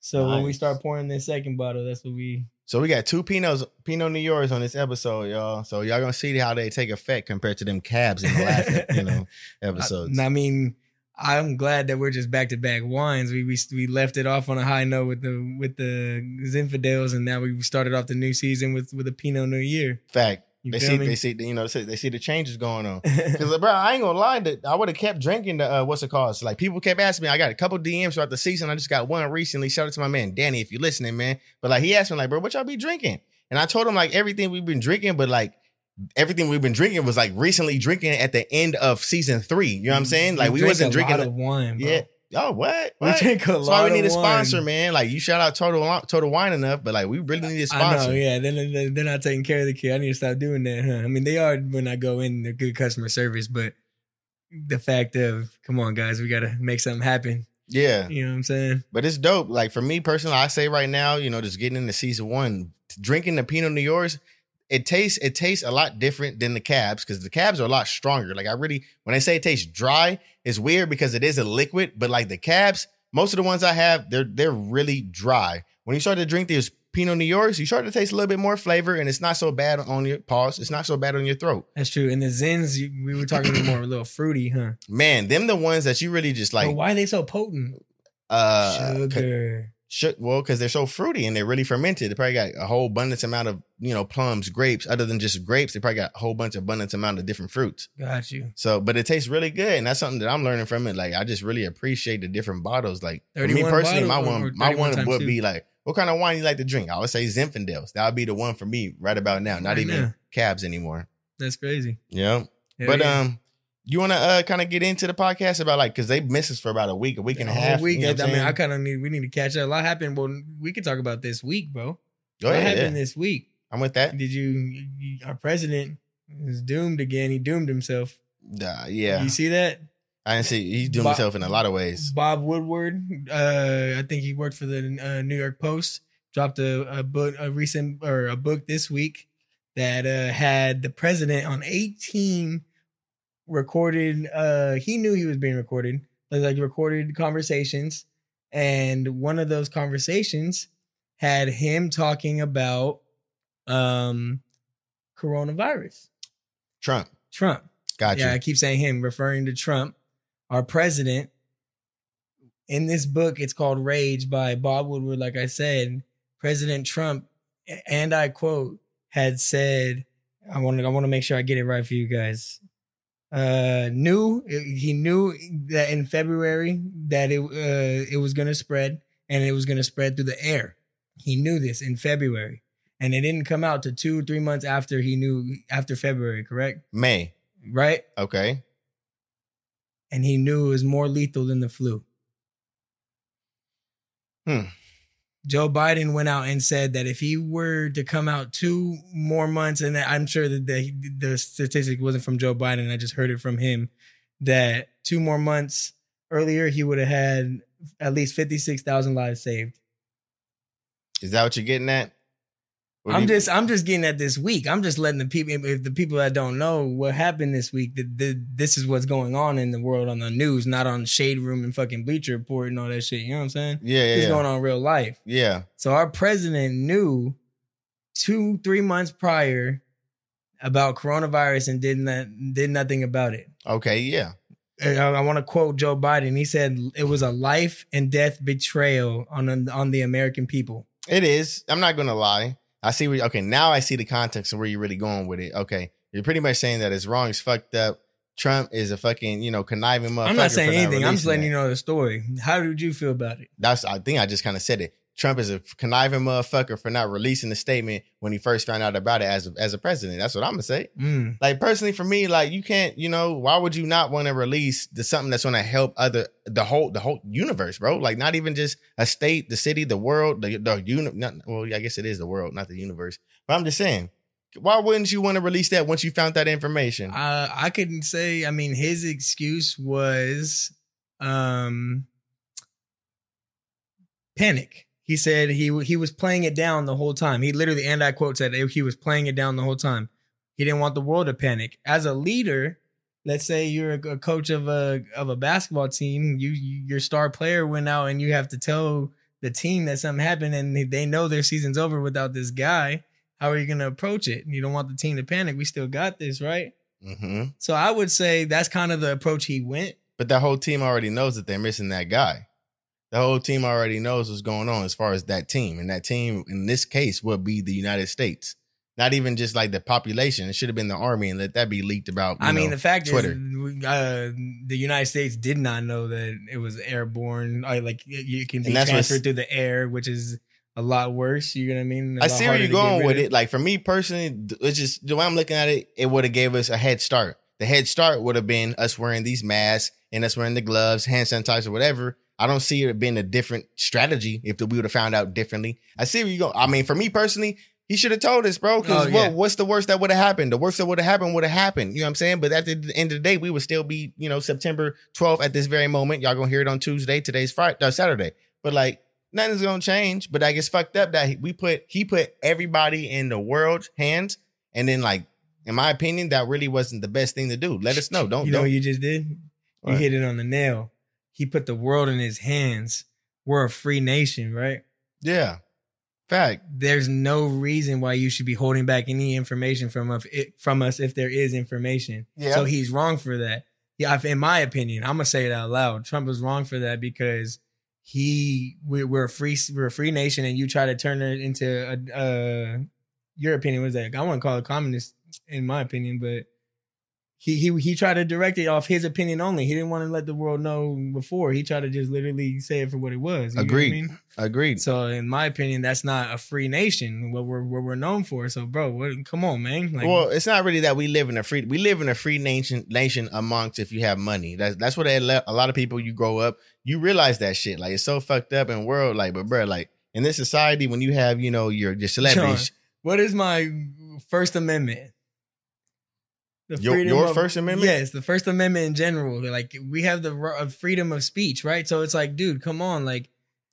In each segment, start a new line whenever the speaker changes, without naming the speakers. So when we
Nice.
start pouring this second bottle, that's what we.
So we got two Pinots, Pinot Noirs on this episode, y'all. So y'all gonna see how they take effect compared to them cabs in the last, you know, episodes.
I, I mean, I'm glad that we're just back to back wines. We we we left it off on a high note with the with the Zinfandels, and now we started off the new season with with a Pinot New Year.
Fact.
You
they
feel
see,
me?
they see, you know, they see, they see the changes going on. Cause, like, bro, I ain't gonna lie, that I would have kept drinking the uh, what's it called? So, like, people kept asking me. I got a couple DMs throughout the season. I just got one recently. Shout out to my man Danny, if you're listening, man. But like, he asked me, like, bro, what y'all be drinking? And I told him like everything we've been drinking, but like everything we've been drinking was like recently drinking at the end of season three. You know what I'm saying? Like, we,
drank
wasn't
Mm-hmm. a
drinking.
lot of wine. Bro.
yeah. Oh, what?
we
What?
drank a
That's
lot.
why we need
of
a sponsor,
wine.
man. Like, you shout out Total Total Wine enough, but like, we really need a
I
sponsor.
know, yeah. Then then- they're not taking care of the kid. I need to stop doing that, huh? I mean, they are when I go in, they're good customer service, but the fact of, come on, guys, we gotta make something happen.
yeah.
You know what I'm saying?
But it's dope. Like for me personally, I say right now, you know, just getting into season one, drinking the Pinot Noirs, it tastes it tastes a lot different than the cabs because the cabs are a lot stronger. Like I really, when I say it tastes dry, it's weird because it is a liquid, but like the cabs, most of the ones I have, they're they're really dry. When you start to drink these Pinot Noirs, you start to taste a little bit more flavor, and it's not so bad on your pause. It's not so bad on your throat.
That's true. And the Zins, you, we were talking more a little fruity, huh?
Man, them the ones that you really just like.
but why are they so potent?
Uh,
Oh, Sugar.
Should, well, because they're so fruity and they're really fermented. They probably got a whole abundance amount of you know plums, grapes. Other than just grapes, they probably got a whole bunch of abundance amount of different fruits.
Got you.
So, but it tastes really good, and that's something that I'm learning from it. Like I just really appreciate the different bottles. Like for me
31
personally, my
bottles or- or
one, my
31
one
times
would
two?
be like, what kind of wine you like to drink? I would say Zinfandels. That would be the one for me right about now. Not
Right
even
now.
cabs anymore.
That's crazy.
Yeah,
Hell
but
yeah.
um. You want to uh, kind of get into the podcast about like because they missed us for about a week, a week and a
whole
half.
week.
you know what
I
I'm
mean,
saying?
I kind of need. We need to catch up. A lot happened. Well, we can talk about this week, bro.
Go
what
ahead, yeah.
happened this week?
I'm with that.
Did you, you- Our president is doomed again. He doomed himself.
Nah, yeah,
You see that?
I didn't see he's doing
Bo-
himself in a lot of ways.
Bob Woodward. Uh, I think he worked for the uh, New York Post. Dropped a, a book, a recent or a book this week that uh, had the president on 18 recorded. Uh, he knew he was being recorded. Like, like recorded conversations, and one of those conversations had him talking about um coronavirus.
Trump,
Trump.
got
Yeah, I
you.
keep saying him, referring to Trump, our president. In this book, it's called Rage by Bob Woodward. Like I said, President Trump, and I quote, had said, I want to I want to make sure I get it right for you guys. Uh, knew he knew that in February that it uh, it was going to spread and it was going to spread through the air. He knew this in February, and it didn't come out to two three months after he knew after February. Correct,
May,
right?
okay.
and he knew it was more lethal than the flu.
Hmm.
Joe Biden went out and said that if he were to come out two more months, and I'm sure that the, the statistic wasn't from Joe Biden, I just heard it from him, that two more months earlier, he would have had at least 56,000 lives saved.
Is that what you're getting at? What do
I'm
you-
just I'm just getting at this week. I'm just letting the people if the people that don't know what happened this week. The, the, this is what's going on in the world on the news, not on Shade Room and fucking Bleacher Report and all that shit. You know what I'm saying?
yeah, yeah,
It's
yeah.
going on in real life.
yeah.
So our president knew two three months prior about coronavirus and did not did nothing about it.
Okay, yeah.
And I, want to quote Joe Biden. He said it was a life and death betrayal on on the American people.
It is. I'm not gonna lie. I see. Where, okay, now I see the context of where you're really going with it. Okay, you're pretty much saying that it's wrong. It's fucked up. Trump is a fucking you know conniving motherfucker.
I'm not
for
saying anything. I'm just
releasing
letting
that.
you know the story. How did you feel about it?
That's I think I just kind of said it. Trump is a conniving motherfucker for not releasing the statement when he first found out about it as a, as a president. That's what I'm gonna say.
Mm.
like personally for me like you can't you know why would you not want to release the something that's going to help other the whole the whole universe bro like not even just a state the city the world the, the uni- not, well i guess it is the world not the universe but i'm just saying why wouldn't you want to release that once you found that information
Uh, I couldn't say. I mean, his excuse was um, panic. He said he he was playing it down the whole time. He literally, and I quote, said he was playing it down the whole time. He didn't want the world to panic. As a leader, let's say you're a, a coach of a of a basketball team, you, you your star player went out, and you have to tell the team that something happened, and they- they know their season's over without this guy. How are you going to approach it? You don't want the team to panic. We still got this, right?
mm-hmm.
So I would say that's kind of the approach he went.
But the whole team already knows that they're missing that guy. The whole team already knows what's going on as far as that team. And that team in this case would be the United States. Not even just like the population. It should have been the army and let that be leaked about. you
I mean,
know,
the fact
Twitter.
is, we- uh, the United States did not know that it was airborne. Or, like y- you can be
And that's what's-
transferred through the air, which is a lot worse. You know what I mean? I
I see where you're going with it. Like for me personally, th- it's just the way I'm looking at it, it would have gave us a head start. The head start would have been us wearing these masks and us wearing the gloves, hand sanitizer, whatever. I don't see it being a different strategy if we would have found out differently. I see where you go. I mean, for me personally, he should have told us, bro. Because
Oh, yeah.
what, what's the worst that would have happened? The worst that would have happened would have happened. You know what I'm saying? But at the end of the day, we would still be, you know, September 12th at this very moment. Y'all gonna hear it on Tuesday. Today's Friday, uh, Saturday. But like, nothing's gonna change. But like it's fucked up that he- we put he put everybody in the world's hands, and then like in my opinion, that really wasn't the best thing to do. Let us know. Don't
You know
don't
what you just did? You
What?
hit it on the nail. He put the world in his hands. We're a free nation, right?
yeah. Fact.
There's no reason why you should be holding back any information from us, from us if there is information.
Yeah.
So he's wrong for that. Yeah, I- in my opinion, I'm gonna say it out loud. Trump was wrong for that because he we, we're a free we're a free nation, and you try to turn it into a uh, your opinion was that I wouldn't call it communist in my opinion, but he he he tried to direct it off his opinion only. He didn't want to let the world know before. He tried to just literally say it for what it was. You know what I
Agreed.
mean?
Agreed.
So in my opinion, that's not a free nation. What we're what we're known for. So bro, what, come on, man. Like,
well, it's not really that we live in a free we live in a free nation nation amongst if you have money. That's that's what they let a lot of people you grow up, you realize that shit. Like it's so fucked up in world, like, but bro, like in this society, when you have, you know, your your celebrities,
What is my First Amendment? The
Your-
freedom
your First Amendment?
Yes, the First Amendment in general. They're Like we have the ri- of freedom of speech, right? So it's like, dude, come on, like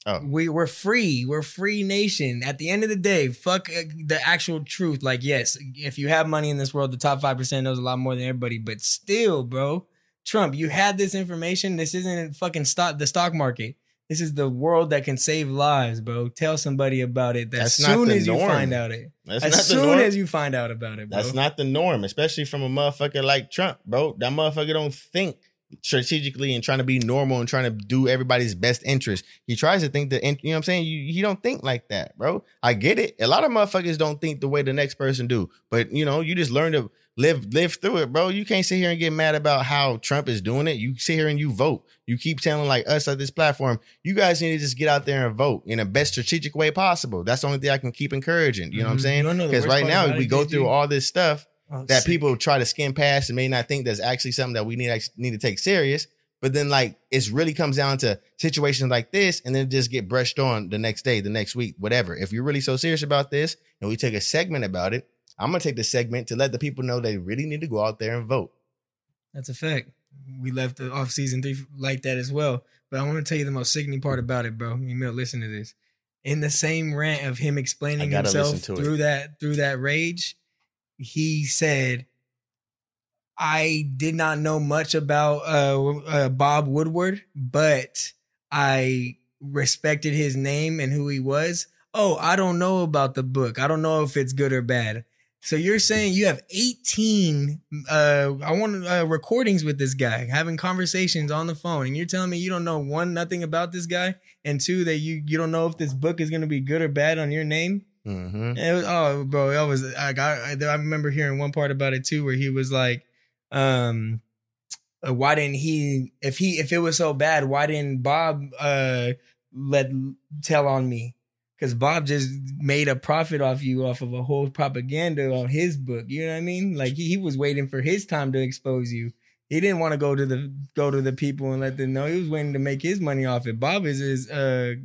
Oh.
we we're free, we're free nation. At the end of the day, fuck uh, the actual truth. Like, yes, if you have money in this world, the top five percent knows a lot more than everybody, but still, bro, Trump, you had this information. This isn't fucking stock the stock market. This is the world that can save lives, bro. Tell somebody about it as
That's not
soon
the
as you
norm.
find out it
that's
as
not the
soon
norm.
as you find out about it, bro.
That's not the norm, especially from a motherfucker like Trump, bro. That motherfucker don't think strategically and trying to be normal and trying to do everybody's best interest. He tries to think the, in- you know what I'm saying? You, he don't think like that, bro. I get it. A lot of motherfuckers don't think the way the next person do, but you know, you just learn to live, live through it, bro. You can't sit here and get mad about how Trump is doing it. You sit here and you vote. You keep telling like us at this platform, you guys need to just get out there and vote in the best strategic way possible. That's the only thing I can keep encouraging. You know what I'm
Mhm.
saying?
You wanna know the
Because
worst
right
part
now
about
we
it,
go
JG?
through all this stuff
Oh,
that
sick.
people try to skim past and may not think that's actually something that we need actually need to take serious. But then like it's really comes down to situations like this, and then just get brushed on the next day, the next week, whatever. If you're really so serious about this, and we take a segment about it, I'm gonna take the segment to let the people know they really need to go out there and vote.
That's a fact. We left the off season three like that as well. But I want to tell you the most sickening part about it, bro. Emil, listen to this. In the same rant of him explaining
I gotta
himself
listen to it.
through that through that rage, he said, "I did not know much about uh, uh, Bob Woodward, but I respected his name and who he was. Oh, I don't know about the book. I don't know if it's good or bad. So you're saying you have 18 uh I want uh, recordings with this guy, having conversations on the phone and you're telling me you don't know one nothing about this guy and two that you you don't know if this book is going to be good or bad on your name?
Mm-hmm.
And it was, oh, bro, that was like I, I remember hearing one part about it too, where he was like, um, uh, "Why didn't he? If he, if it was so bad, why didn't Bob uh let tell on me? Because Bob just made a profit off you off of a whole propaganda on his book. You know what I mean? Like he, he was waiting for his time to expose you." He didn't want to go to the go to the people and let them know. He was waiting to make his money off it. Bob is his uh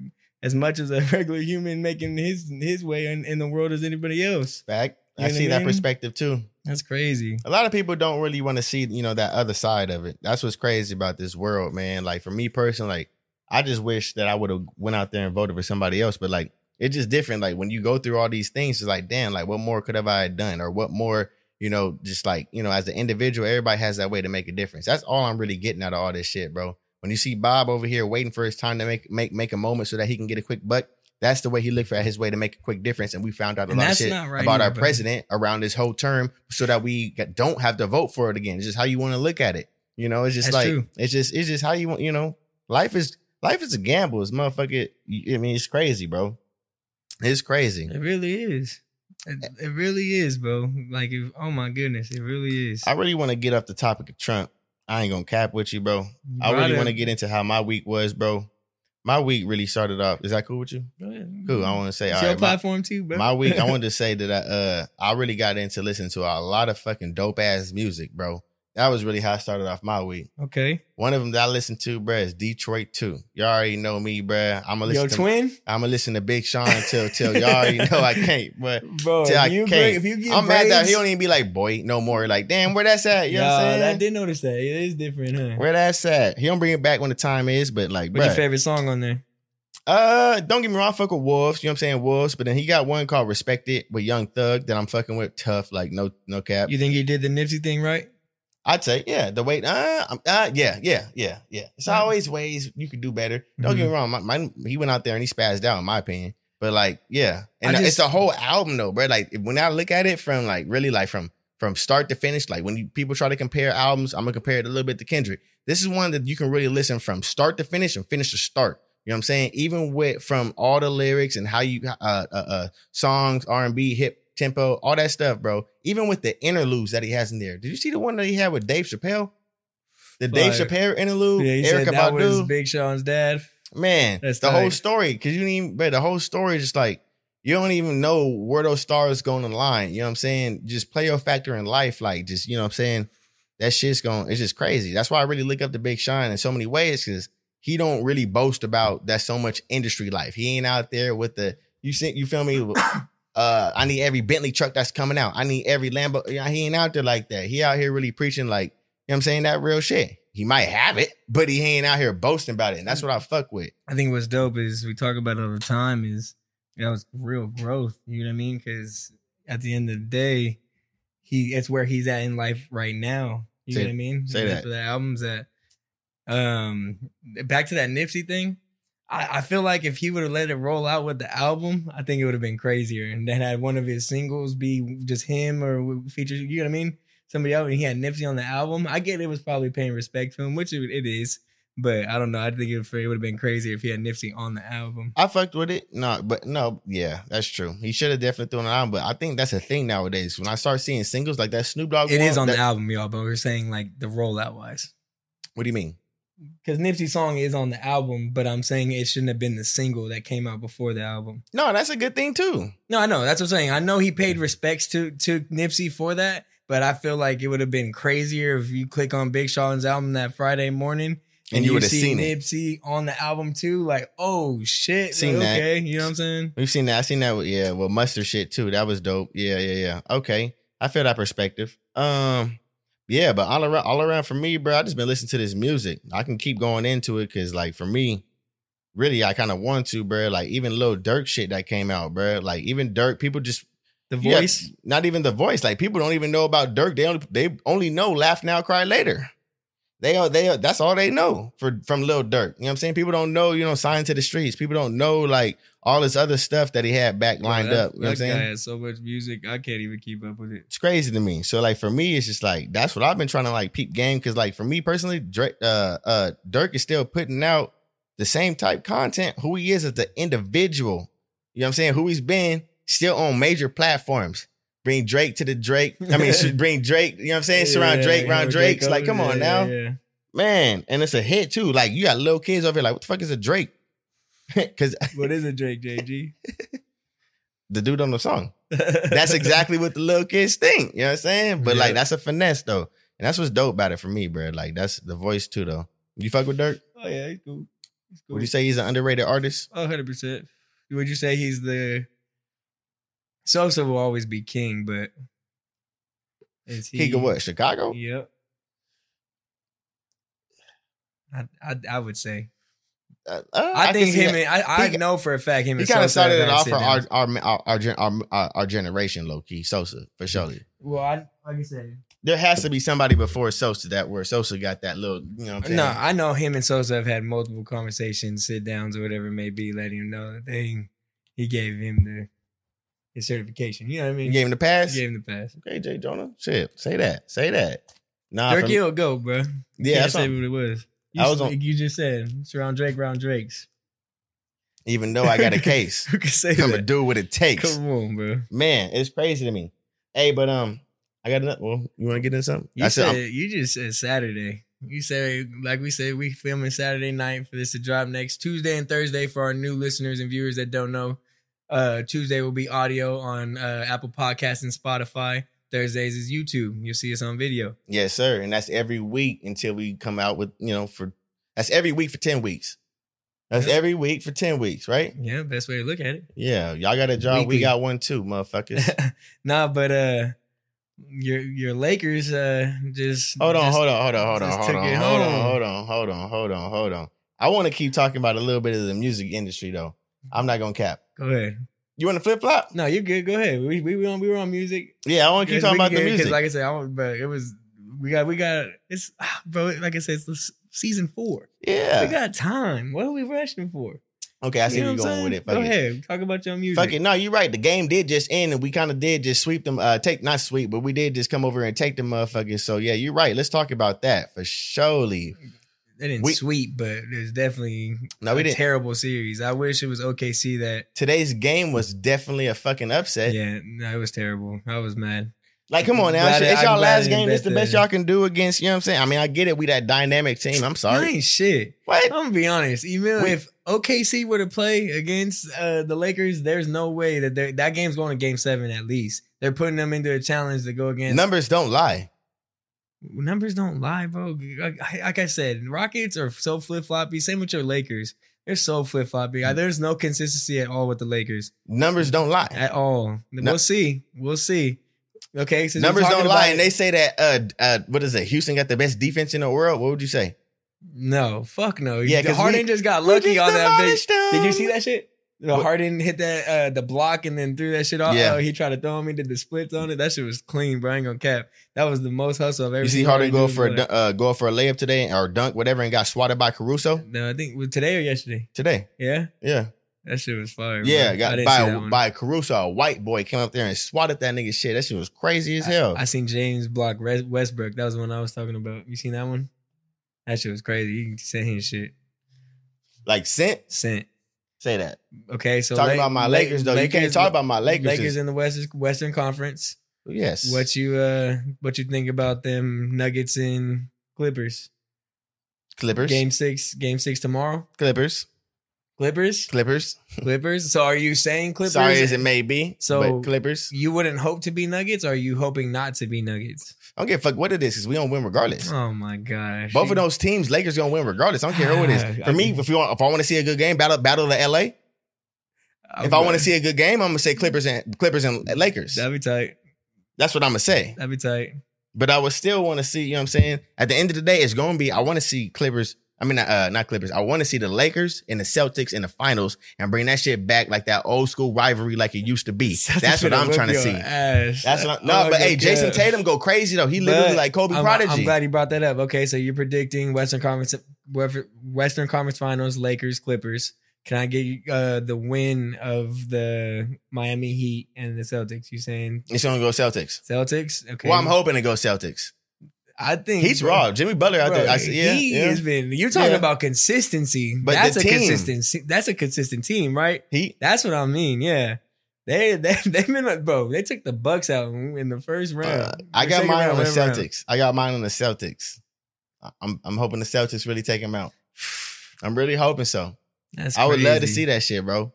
as much as a regular human making his his way in, in the world as anybody else.
Fact.
You
I
know what
see
I
that
mean?
perspective too.
That's crazy.
a lot of people don't really want to see you know that other side of it that's what's crazy about this world man like for me personally like i just wish that i would have went out there and voted for somebody else but like it's just different like when you go through all these things it's like damn like what more could have i done or what more you know just like you know as an individual everybody has that way to make a difference that's all i'm really getting out of all this shit bro when you see bob over here waiting for his time to make make make a moment so that he can get a quick buck that's the way he looked for his way to make a quick difference and we found out a
And
lot of
that's
shit
not right
about our
either, bro.
president around this whole term so that we don't have to vote for it again. It's just how you want to look at it. You know, it's just
That's
like
true.
it's just it's just how you want. You know, life is life is a gamble. It's motherfucker. I mean, it's crazy, bro. It's crazy.
It really is. It, it really is, bro. Like, if, oh my goodness, it really is.
I really want to get off the topic of Trump. I ain't gonna cap with you, bro. I really want to get into how my week was, bro. My week really started off. Is that cool with you? Cool. I want to say,
Mm-hmm. It's your
all right, my,
platform too, bro.
my week. I wanted to say that I, uh, I really got into listening to a lot of fucking dope ass music, bro. That was really how I started off my week.
okay.
One of them that I listen to, bruh, is Detroit 2. You already know me, bruh. I'm gonna
Yo,
listen. to,
twin,
I'm gonna listen to Big Sean till till y'all already know I can't, but
bro.
See, I
if you
can't.
bring- if you get
I'm mad that
braids-
he don't even be like boy no more. Like damn, where that's at? You know what
Nah,
I'm
I
saying?
did notice that. It is different, huh?
Where that's at? He don't bring it back when the time is, but like,
What's your
bruh,
favorite song on there?
uh, don't get me wrong, I fuck with Wolves. You know what I'm saying? Wolves, but then he got one called Respected with Young Thug that I'm fucking with. Tough, like no no cap.
You think he did the Nipsey thing right?
I'd say, yeah, the weight, uh, um, uh, yeah, yeah, yeah, yeah. It's
Yeah.
always ways you could do better. Don't
Mm-hmm.
get me wrong, my, my, he went out there and he spazzed out, in my opinion. But like, yeah, and uh,
I
it's
just-
a whole album though, bro. Like when I look at it from like really like from from start to finish, like when you, people try to compare albums, I'm gonna compare it a little bit to Kendrick. This is one that you can really listen from start to finish and finish to start. You know what I'm saying? Even with from all the lyrics and how you uh uh, uh songs, R and B, hip tempo, all that stuff, bro. Even with the interludes that he has in there. Did you see the one that he had with Dave Chappelle? The Dave
Fire.
Chappelle interlude,
Yeah, he
Erica
said that was
Badu.
Big Sean's dad.
Man,
That's
the whole
tight.
story. Cause you didn't even, but the whole story is just like you don't even know where those stars going to line. You know what I'm saying? Just play your factor in life. Like just, you know what I'm saying? That shit's going, it's just crazy. That's why I really look up to Big Sean in so many ways, because he don't really boast about that so much industry life. He ain't out there with the you see, you feel me? Uh, I need every Bentley truck that's coming out. I need every Lambo. Yeah, he ain't out there like that. He out here really preaching like you know what I'm saying that real shit. He might have it, but he ain't out here boasting about it. And that's what I fuck with.
I think what's dope is we talk about it all the time is that was real growth. You know what I mean? Because at the end of the day, he it's where he's at in life right now. You
Say-
know what I mean?
say
That's
that.
where the album's at. Um, back to that Nipsey thing. I, I feel like if he would have let it roll out with the album, I think it would have been crazier. And then had one of his singles be just him or features. You know what I mean? Somebody else. And he had Nipsey on the album. I get it was probably paying respect to him, which it it is. But I don't know. I think it would have been crazier if he had Nipsey on the album.
I fucked with it. No, but no, yeah, that's true. He should have definitely thrown it on, but I think that's a thing nowadays. When I start seeing singles like that Snoop Dogg,
It is
one,
on
that,
the album, y'all, but we're saying like the rollout wise.
What do you mean?
Because Nipsey's song is on the album, but I'm saying it shouldn't have been the single that came out before the album.
No, that's a good thing too.
No, I know. That's what I'm saying. I know he paid respects to to Nipsey for that, but I feel like it would have been crazier if you click on Big Sean's album that Friday morning
And you would've
see
seen it.
Nipsey on the album too. Like, oh shit, like,
Seen that.
okay, you know what I'm saying?
We've seen that. I seen that. With, yeah, well, mustard shit too. That was dope. Yeah, yeah, yeah. Okay, I feel that perspective. Um, yeah, but all around, all around for me, bro. I just been listening to this music. I can keep going into it because, like, for me, really, I kind of want to, bro. Like, even little Dirk shit that came out, bro. Like, even Dirk, people just
The
yeah,
voice.
not even the voice. Like, people don't even know about Dirk. They only they only know laugh now, cry later. They are they are, that's all they know for from Lil Dirk. You know what I'm saying? People don't know, you know, sign to the streets. People don't know like all this other stuff that he had back lined
Bro, that-
up. You know what I'm
Oh, that guy
saying?
has so much music, I can't even keep up with it.
It's crazy to me. So like for me, it's just like that's what I've been trying to like peep game because like for me personally, Drake, uh, uh, Dirk is still putting out the same type content. Who he is as the individual, you know what I'm saying? Who he's been still on major platforms. Bring Drake to the Drake. I mean, should bring Drake. You know what I'm saying? Surround
Yeah,
Drake
yeah,
around
with
Drake's.
Drake
like,
over
come
there,
on now
yeah, yeah.
man. And it's a hit too. Like you got little kids over here, like what the fuck is a Drake? Because
What is a Drake JG?
the dude on the song. That's exactly what the little kids think. You know what I'm saying? But
Yeah.
like that's a finesse though, and that's what's dope about it for me, bro. Like that's the voice too, though. You fuck with Dirk?
Oh yeah, he's cool. He's cool.
Would you say he's an underrated artist?
Oh, 100%. Would you say he's the Sosa will always be king, but is
He, go what? Chicago?
Yep. I, I I would say
Uh, uh,
I,
can
think
see
him
that.
and I, I
he-
know for a fact him
He
and
kind of
Sosa
started
have
it
had
off for our
sit-downs.
our, our, our, gen- our, our our generation, low key Sosa for sure.
well I like I said
There has to be somebody before Sosa that where Sosa got that little, you know. What I'm saying?
no I know him and Sosa have had multiple conversations sit downs or whatever it may be letting him know that they he gave him the his certification you know what I
you
mean
gave him the pass.
He gave him the pass
Okay, Jay Jonah. Shit, say that. Say that. Nah,
Dirk
for-
Hill, go, bro.
yeah,
Can't
that's
say
what,
what it was. You,
I
I
was on-
you just said it's around Drake, round Drakes.
even though I got a case,
Who can say
I'm gonna
that?
do what it takes.
Come on, bro.
Man, it's crazy to me. Hey, but um, I got another. Well, you want to get into something?
You
I said,
said
I'm-
you just said Saturday. You say like we said we filming Saturday night for this to drop next Tuesday and Thursday for our new listeners and viewers that don't know. Uh, Tuesday will be audio on uh, Apple Podcasts and Spotify. Thursdays is YouTube. You'll see us on video.
yes, sir. And that's every week until we come out with you know for that's every week for ten weeks. That's
Yeah.
every week for ten weeks, right?
Yeah, best way to look at
Yeah, y'all got a job.
Weekly.
We got one too, motherfuckers.
it. nah, but uh, your your Lakers uh just
Hold on,
just-
hold on, hold on, hold on,
just
hold
took
on,
it
hold on,
home.
hold on, hold on, hold on, hold on. I want to keep talking about a little bit of the music industry though. I'm not gonna cap.
Go ahead.
You want to flip flop?
No, you're good. Go ahead. We we we on we were on music.
Yeah, I want to keep
Yes, we
talking about
can
the
get it, 'cause
music.
Like I said, I want, but it was we got we got it's ah, bro. Like I said, it's the s- season four. We
yeah.
got time. What are we rushing for?
Okay, I see
You
where
know
you're
what I'm saying?
going with it. Fuck
Go
it.
ahead, talk about your music.
Fuck it. No, you're right. The game did just end, and we kind of did just sweep them. Uh, take not sweep, but we did just come over and take the motherfuckers. So yeah, you're right. Let's talk about that for surely.
They didn't
We-
sweep, but there's definitely
No, we
a
didn't.
terrible series. I wish it was OKC that.
Today's game was definitely a fucking upset.
Yeah, no, it was terrible. I was mad.
Like, come on now,
Glad
it's,
it-
it's
I'm
y'all
glad
last
it
game.
ain't
It's the
been
best
there.
y'all can do against. You know what I'm saying? I mean, I get it. We that dynamic team. I'm
You
sorry.
ain't shit.
What?
I'm gonna be honest. Email
We-
if OKC were to play against uh, the Lakers, there's no way that they're- that game's going to Game Seven at least. They're putting them into a challenge to go against
Numbers don't lie.
numbers don't lie, bro. Like, I- like I said, Rockets are so flip floppy. Same with your Lakers. They're so flip floppy.
Mm.
There's no consistency at all with the Lakers
Numbers don't lie.
at all. We'll
No.
see. We'll see. Okay, since we're
Numbers
talking
don't lie.
about
And
it-
they say that uh uh what is it? Houston got the best defense in the world. What would you say?
no, fuck no.
Yeah,
Yeah,
'cause
Harden
we-
just got lucky on that. Bitch. Did you see that shit? The
What?
Harden hit that uh the block and then threw that shit off.
Yeah.
Oh, he tried to throw him. He did the splits on it. That shit was clean, bro. I ain't gonna cap. That was the most hustle I've ever.
You see
seen
Harden go
do
for a
in
dun- uh, go for a layup today or dunk whatever and got swatted by Caruso
play. No, I think well, today or yesterday.
today.
Yeah.
Yeah,
That shit was fire.
yeah,
bro. I
got
didn't
by
see that
a,
one.
by Caruso. A white boy came up there and swatted that nigga shit. That shit was crazy as hell.
I, I seen James block Res- Westbrook. That was the one I was talking about. You seen that one? That shit was crazy. You can send him shit.
like sent
Sent.
say that.
Okay, so
Talking
La-
about my
La-
Lakers though, you can't talk about my Lakers.
Lakers in the West Western Conference.
yes,
What you uh what you think about them Nuggets and Clippers?
Clippers,
Game six, game six tomorrow.
Clippers,
Clippers,
Clippers.
Clippers. So are you saying Clippers?
Sorry as it may be,
So-
but Clippers.
you wouldn't hope to be Nuggets. Or are you hoping not to be Nuggets?
I don't give a fuck what it is because we don't win regardless.
Oh my gosh!
Both of those teams, Lakers gonna win regardless. I don't care who it
Ah,
is. For me, if you want, if I want to see a good game, battle battle to LA. If I want to see a good game, I'm gonna say Clippers and Clippers and Lakers.
that'd be tight.
That's what I'm gonna say.
That'd be tight.
But I would still want to see. You know what I'm saying? At the end of the day, it's gonna be. I want to see Clippers. I mean, uh, not Clippers. I want to see the Lakers and the Celtics in the finals and bring that shit back like that old school rivalry like it used to be. That's what I'm trying to see. That's
Oh
what I'm, no, but hey, Jason Tatum go crazy though. He literally like Kobe
I'm,
Prodigy.
I'm glad you brought that up. Okay, so you're predicting Western Conference Western Conference Finals, Lakers, Clippers. Can I get you, uh, the win of the Miami Heat and the Celtics? You saying
it's gonna go Celtics.
Celtics? Okay.
Well, I'm hoping it goes Celtics.
I think
He's raw. Jimmy Butler out
Bro,
there. I see. Yeah,
he
yeah.
has been. You're talking
Yeah.
about consistency.
But
that's
the
a
team-
consistent. That's a consistent team, right?
He
That's what I mean. Yeah, they they they've been like, bro. They took the Bucks out in the first round.
Uh, I
Or
got
second
mine
round,
on the
whatever round.
Celtics. I got mine on the Celtics. I- I'm I'm hoping the Celtics really take him out. I'm really hoping so.
That's
I would love to
crazy.
see that shit, bro.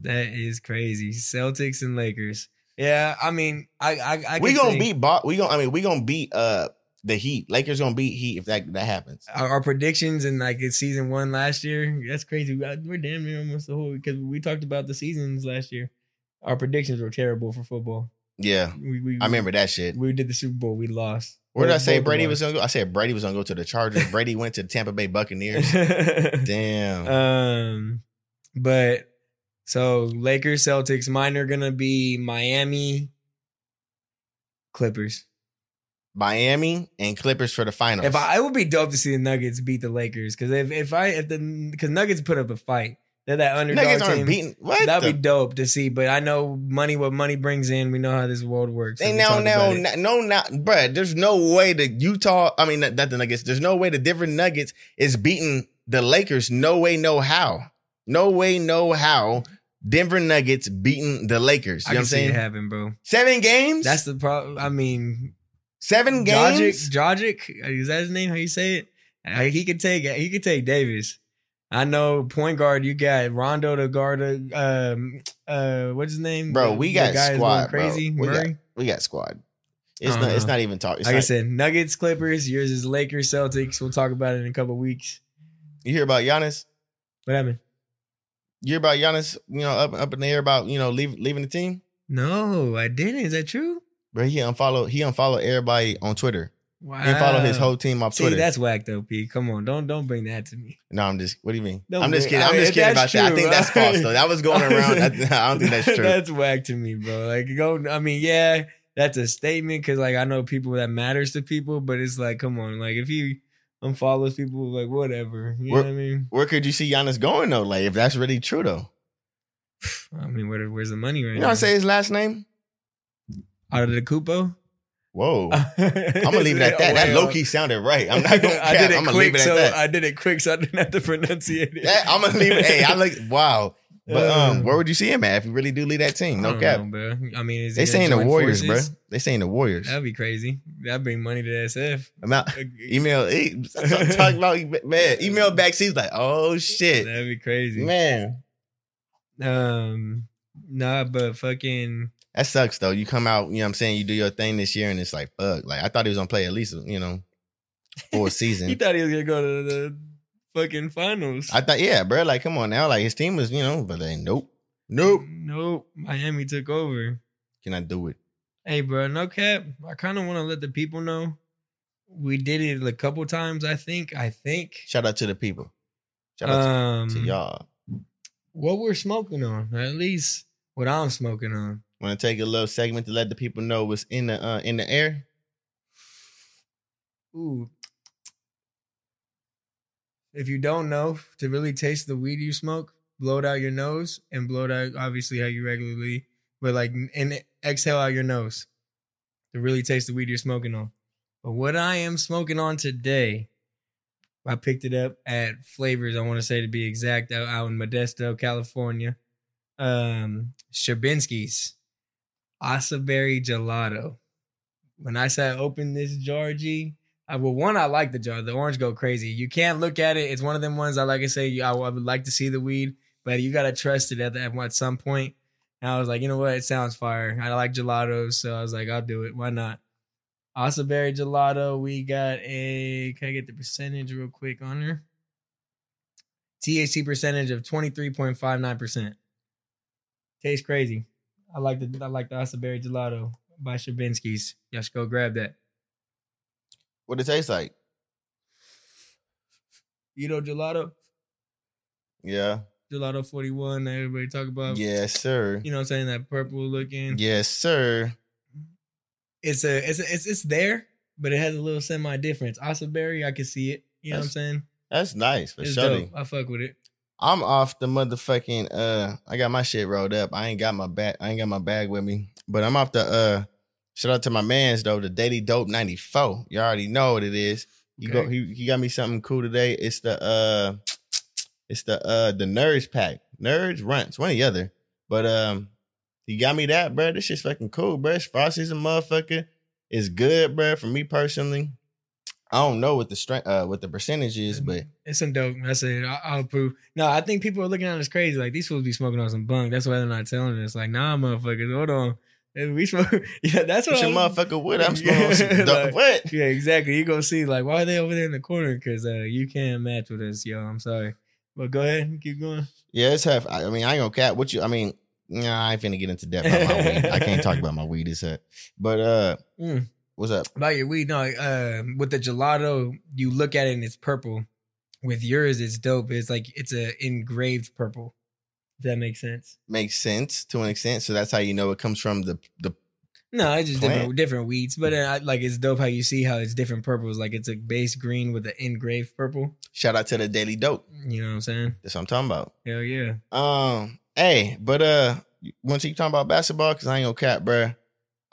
That is crazy. Celtics and Lakers. Yeah, I mean, I I, I
we
can
gonna
say
beat Bo- we gonna I mean we gonna beat uh the Heat. Lakers gonna beat Heat if that that happens.
our, our predictions and like it's season one last year. That's crazy. We- uh, We're damn near almost the whole because we talked about the seasons last year. Our predictions were terrible for football.
Yeah,
We, we
I remember that shit.
we did the Super Bowl. We lost.
Where did I
Both-
say
both
Brady
of
was
us.
gonna go? I said Brady was gonna go to the Chargers. Brady went to the Tampa Bay Buccaneers. Damn.
um, but so Lakers, Celtics. Mine are gonna be Miami, Clippers.
Miami and Clippers for the finals.
If I, it would be dope to see the Nuggets beat the Lakers because if if I if the because Nuggets put up a fight, They're that underdog
Niggas
team.
aren't beating. What?
That'd
the-
be dope to see. But I know money, what money brings in. We know how this world works.
They
and we
now,
talked
now,
about it.
now, no, not, bruh, There's no way that Utah. I mean, not, not the Nuggets. There's no way the different Nuggets is beating the Lakers. No way, no how. No way, no how. Denver Nuggets beating the Lakers. You
I can
know what I'm
see it
saying?
happen, bro.
Seven games.
That's the problem. I mean,
seven games.
Dragic, Dragic, is that his name? How you say it? Uh, He could take he could take Davis. I know point guard. You got Rondo to guard. uh, Um, uh, what's his name?
Bro, we
The
got
guy is going
squad, bro.
crazy.
We got-
Murray.
We got squad. It's
I
not.
don't
It's
know.
not even talk. It's
Uh-huh. like I
not-
said, Nuggets, Clippers. Yours is Lakers, Celtics. We'll talk about it in a couple weeks.
you hear about Giannis.
What happened?
You hear about Giannis. You know, up up in the air about you know leave, leaving the team.
No, I didn't. Is that true?
Bro, he unfollowed. He unfollowed everybody on Twitter.
Wow.
He unfollowed his whole team off
Ah. See,
Twitter.
that's whack though, P. Come on, don't don't bring that to me.
No, I'm just. What do you mean?
No,
I'm just
but-
kidding.
I
I'm
mean,
just
if
kidding about
that's
that. I
true,
think that's
bro.
false though. That was going around. I, I don't think that's true.
that's whack to me, bro. Like, go. I mean, yeah, that's a statement because like I know people that matters to people, but it's like, come on, like if he unfollows people, like whatever. You
We're-
know what I mean?
Where could you see Giannis going though? Like, if that's really true though,
I mean, where, where's the money right
you
now?
know what I say his last name?
Out of the cupo.
Whoa, I'm gonna leave it at that. That low key sounded right. I'm not gonna.
I did
cap.
it quick,
I'm gonna leave it at
so
that.
I did it quick, so I didn't have to pronunciate it.
That- I'm gonna leave it. Hey, I like wow. But um,
Uh,
where would you see him at if you really do leave that team?
I
No
don't
cap.
know, bro. I mean, is he gonna
They saying the
join
Warriors,
forces?
bro. They saying the Warriors.
That'd be crazy. That'd bring money to SF.
I'm out. Email. e- Talk about man. Email back. She's like, oh shit,
That'd be crazy.
man.
Um, nah, but fucking
That sucks though. You come out, you know what I'm saying, you do your thing this year and it's like, fuck. Like I thought he was gonna play at least, you know, full
he
season.
thought he was gonna go to the fucking finals.
I thought, yeah, bro, like come on now. Like his team was, you know, but like, nope. Nope.
Nope. Miami took over.
Can I do it?
Hey, bro, no cap. I kind of want to let the people know we did it a couple times. I think. I think.
Shout out to the people. Shout out
Um,
to, to y'all.
what we're smoking on, or at least what I'm smoking on.
Wanna take a little segment to let the people know what's in the uh in the air?
Ooh. If you don't know, to really taste the weed you smoke, blow it out your nose and blow it out, obviously, how you regularly, but like, and exhale out your nose to really taste the weed you're smoking on. But what I am smoking on today, I picked it up at Flavors, I want to say to be exact, out, out in Modesto, California. Um, Shabinsky's Asa Berry Gelato. When I said open this jar, G, I, Uh, well, one, I like the jar. The orange go crazy. You can't look at it. It's one of them ones I like to say, I, I would like to see the weed, but you got to trust it at, the, at some point. And I was like, you know what? It sounds fire. I like gelatos. So I was like, I'll do it. Why not? Asa Berry Gelato. We got a, can I get the percentage real quick on her? THC percentage of 23.59%. Tastes crazy. I like the I like the Asa Berry Gelato by Shabinsky's. Y'all should go grab that.
What it taste like?
You know gelato?
Yeah.
Gelato 41 that everybody talk about.
Yes, sir.
Uh, You know what I'm saying? That purple looking.
Yes, sir.
It's a it's a, it's it's there, but it has a little semi difference. Asa berry, I can see it. You know what I'm
That's-
saying?
That's nice for
It's
sure.
dope. I fuck with it.
I'm off the motherfucking uh I got my shit rolled up. I ain't got my bag I ain't got my bag with me. But I'm off the uh shout out to my mans though, the Daily Dope 94. You already know what it is. You go
Okay.
he, he got me something cool today. It's the uh it's the uh the nerds pack. Nerds runts, one or the other. But um he got me that, bro. This shit's fucking cool, bro. It's frosty as a motherfucker. It's good, bro, for me personally. I don't know what the strength uh what the percentage is, but
It's some dope. That's it. I, I'll approve. No, I think people are looking at us crazy. Like these fools be smoking on some bunk. That's why they're not telling us. Like, nah, motherfuckers, hold on. Hey, We smoke. Yeah, that's what
What your
I'm-
motherfucker wood? I'm smoking
Yeah,
some dope.
like-
what?
Yeah, exactly. You gonna see like why are they over there in the corner? Because uh, you can't match with us, yo. I'm sorry, but go ahead and keep going.
Yeah, it's half. I I mean, I ain't gonna cap. What you? I mean, nah, I ain't finna get into depth about my weed. I can't talk about my weed. It's hurt. But uh,
Mm.
what's up?
About your weed, no. Uh, with the gelato, you look at it and it's purple. With yours, it's dope. It's like it's a engraved purple. If that makes sense.
Makes sense to an extent. So that's how you know it comes from the the
No, it's just
Plant.
different different weeds. But uh, I- like it's dope how you see how it's different purples. Like it's a base green with an engraved purple.
Shout out to the Daily Dope.
You know what I'm saying?
That's what I'm talking about.
Hell yeah.
Um, hey, but uh, once you talking about basketball, because I ain't gonna cap, bruh.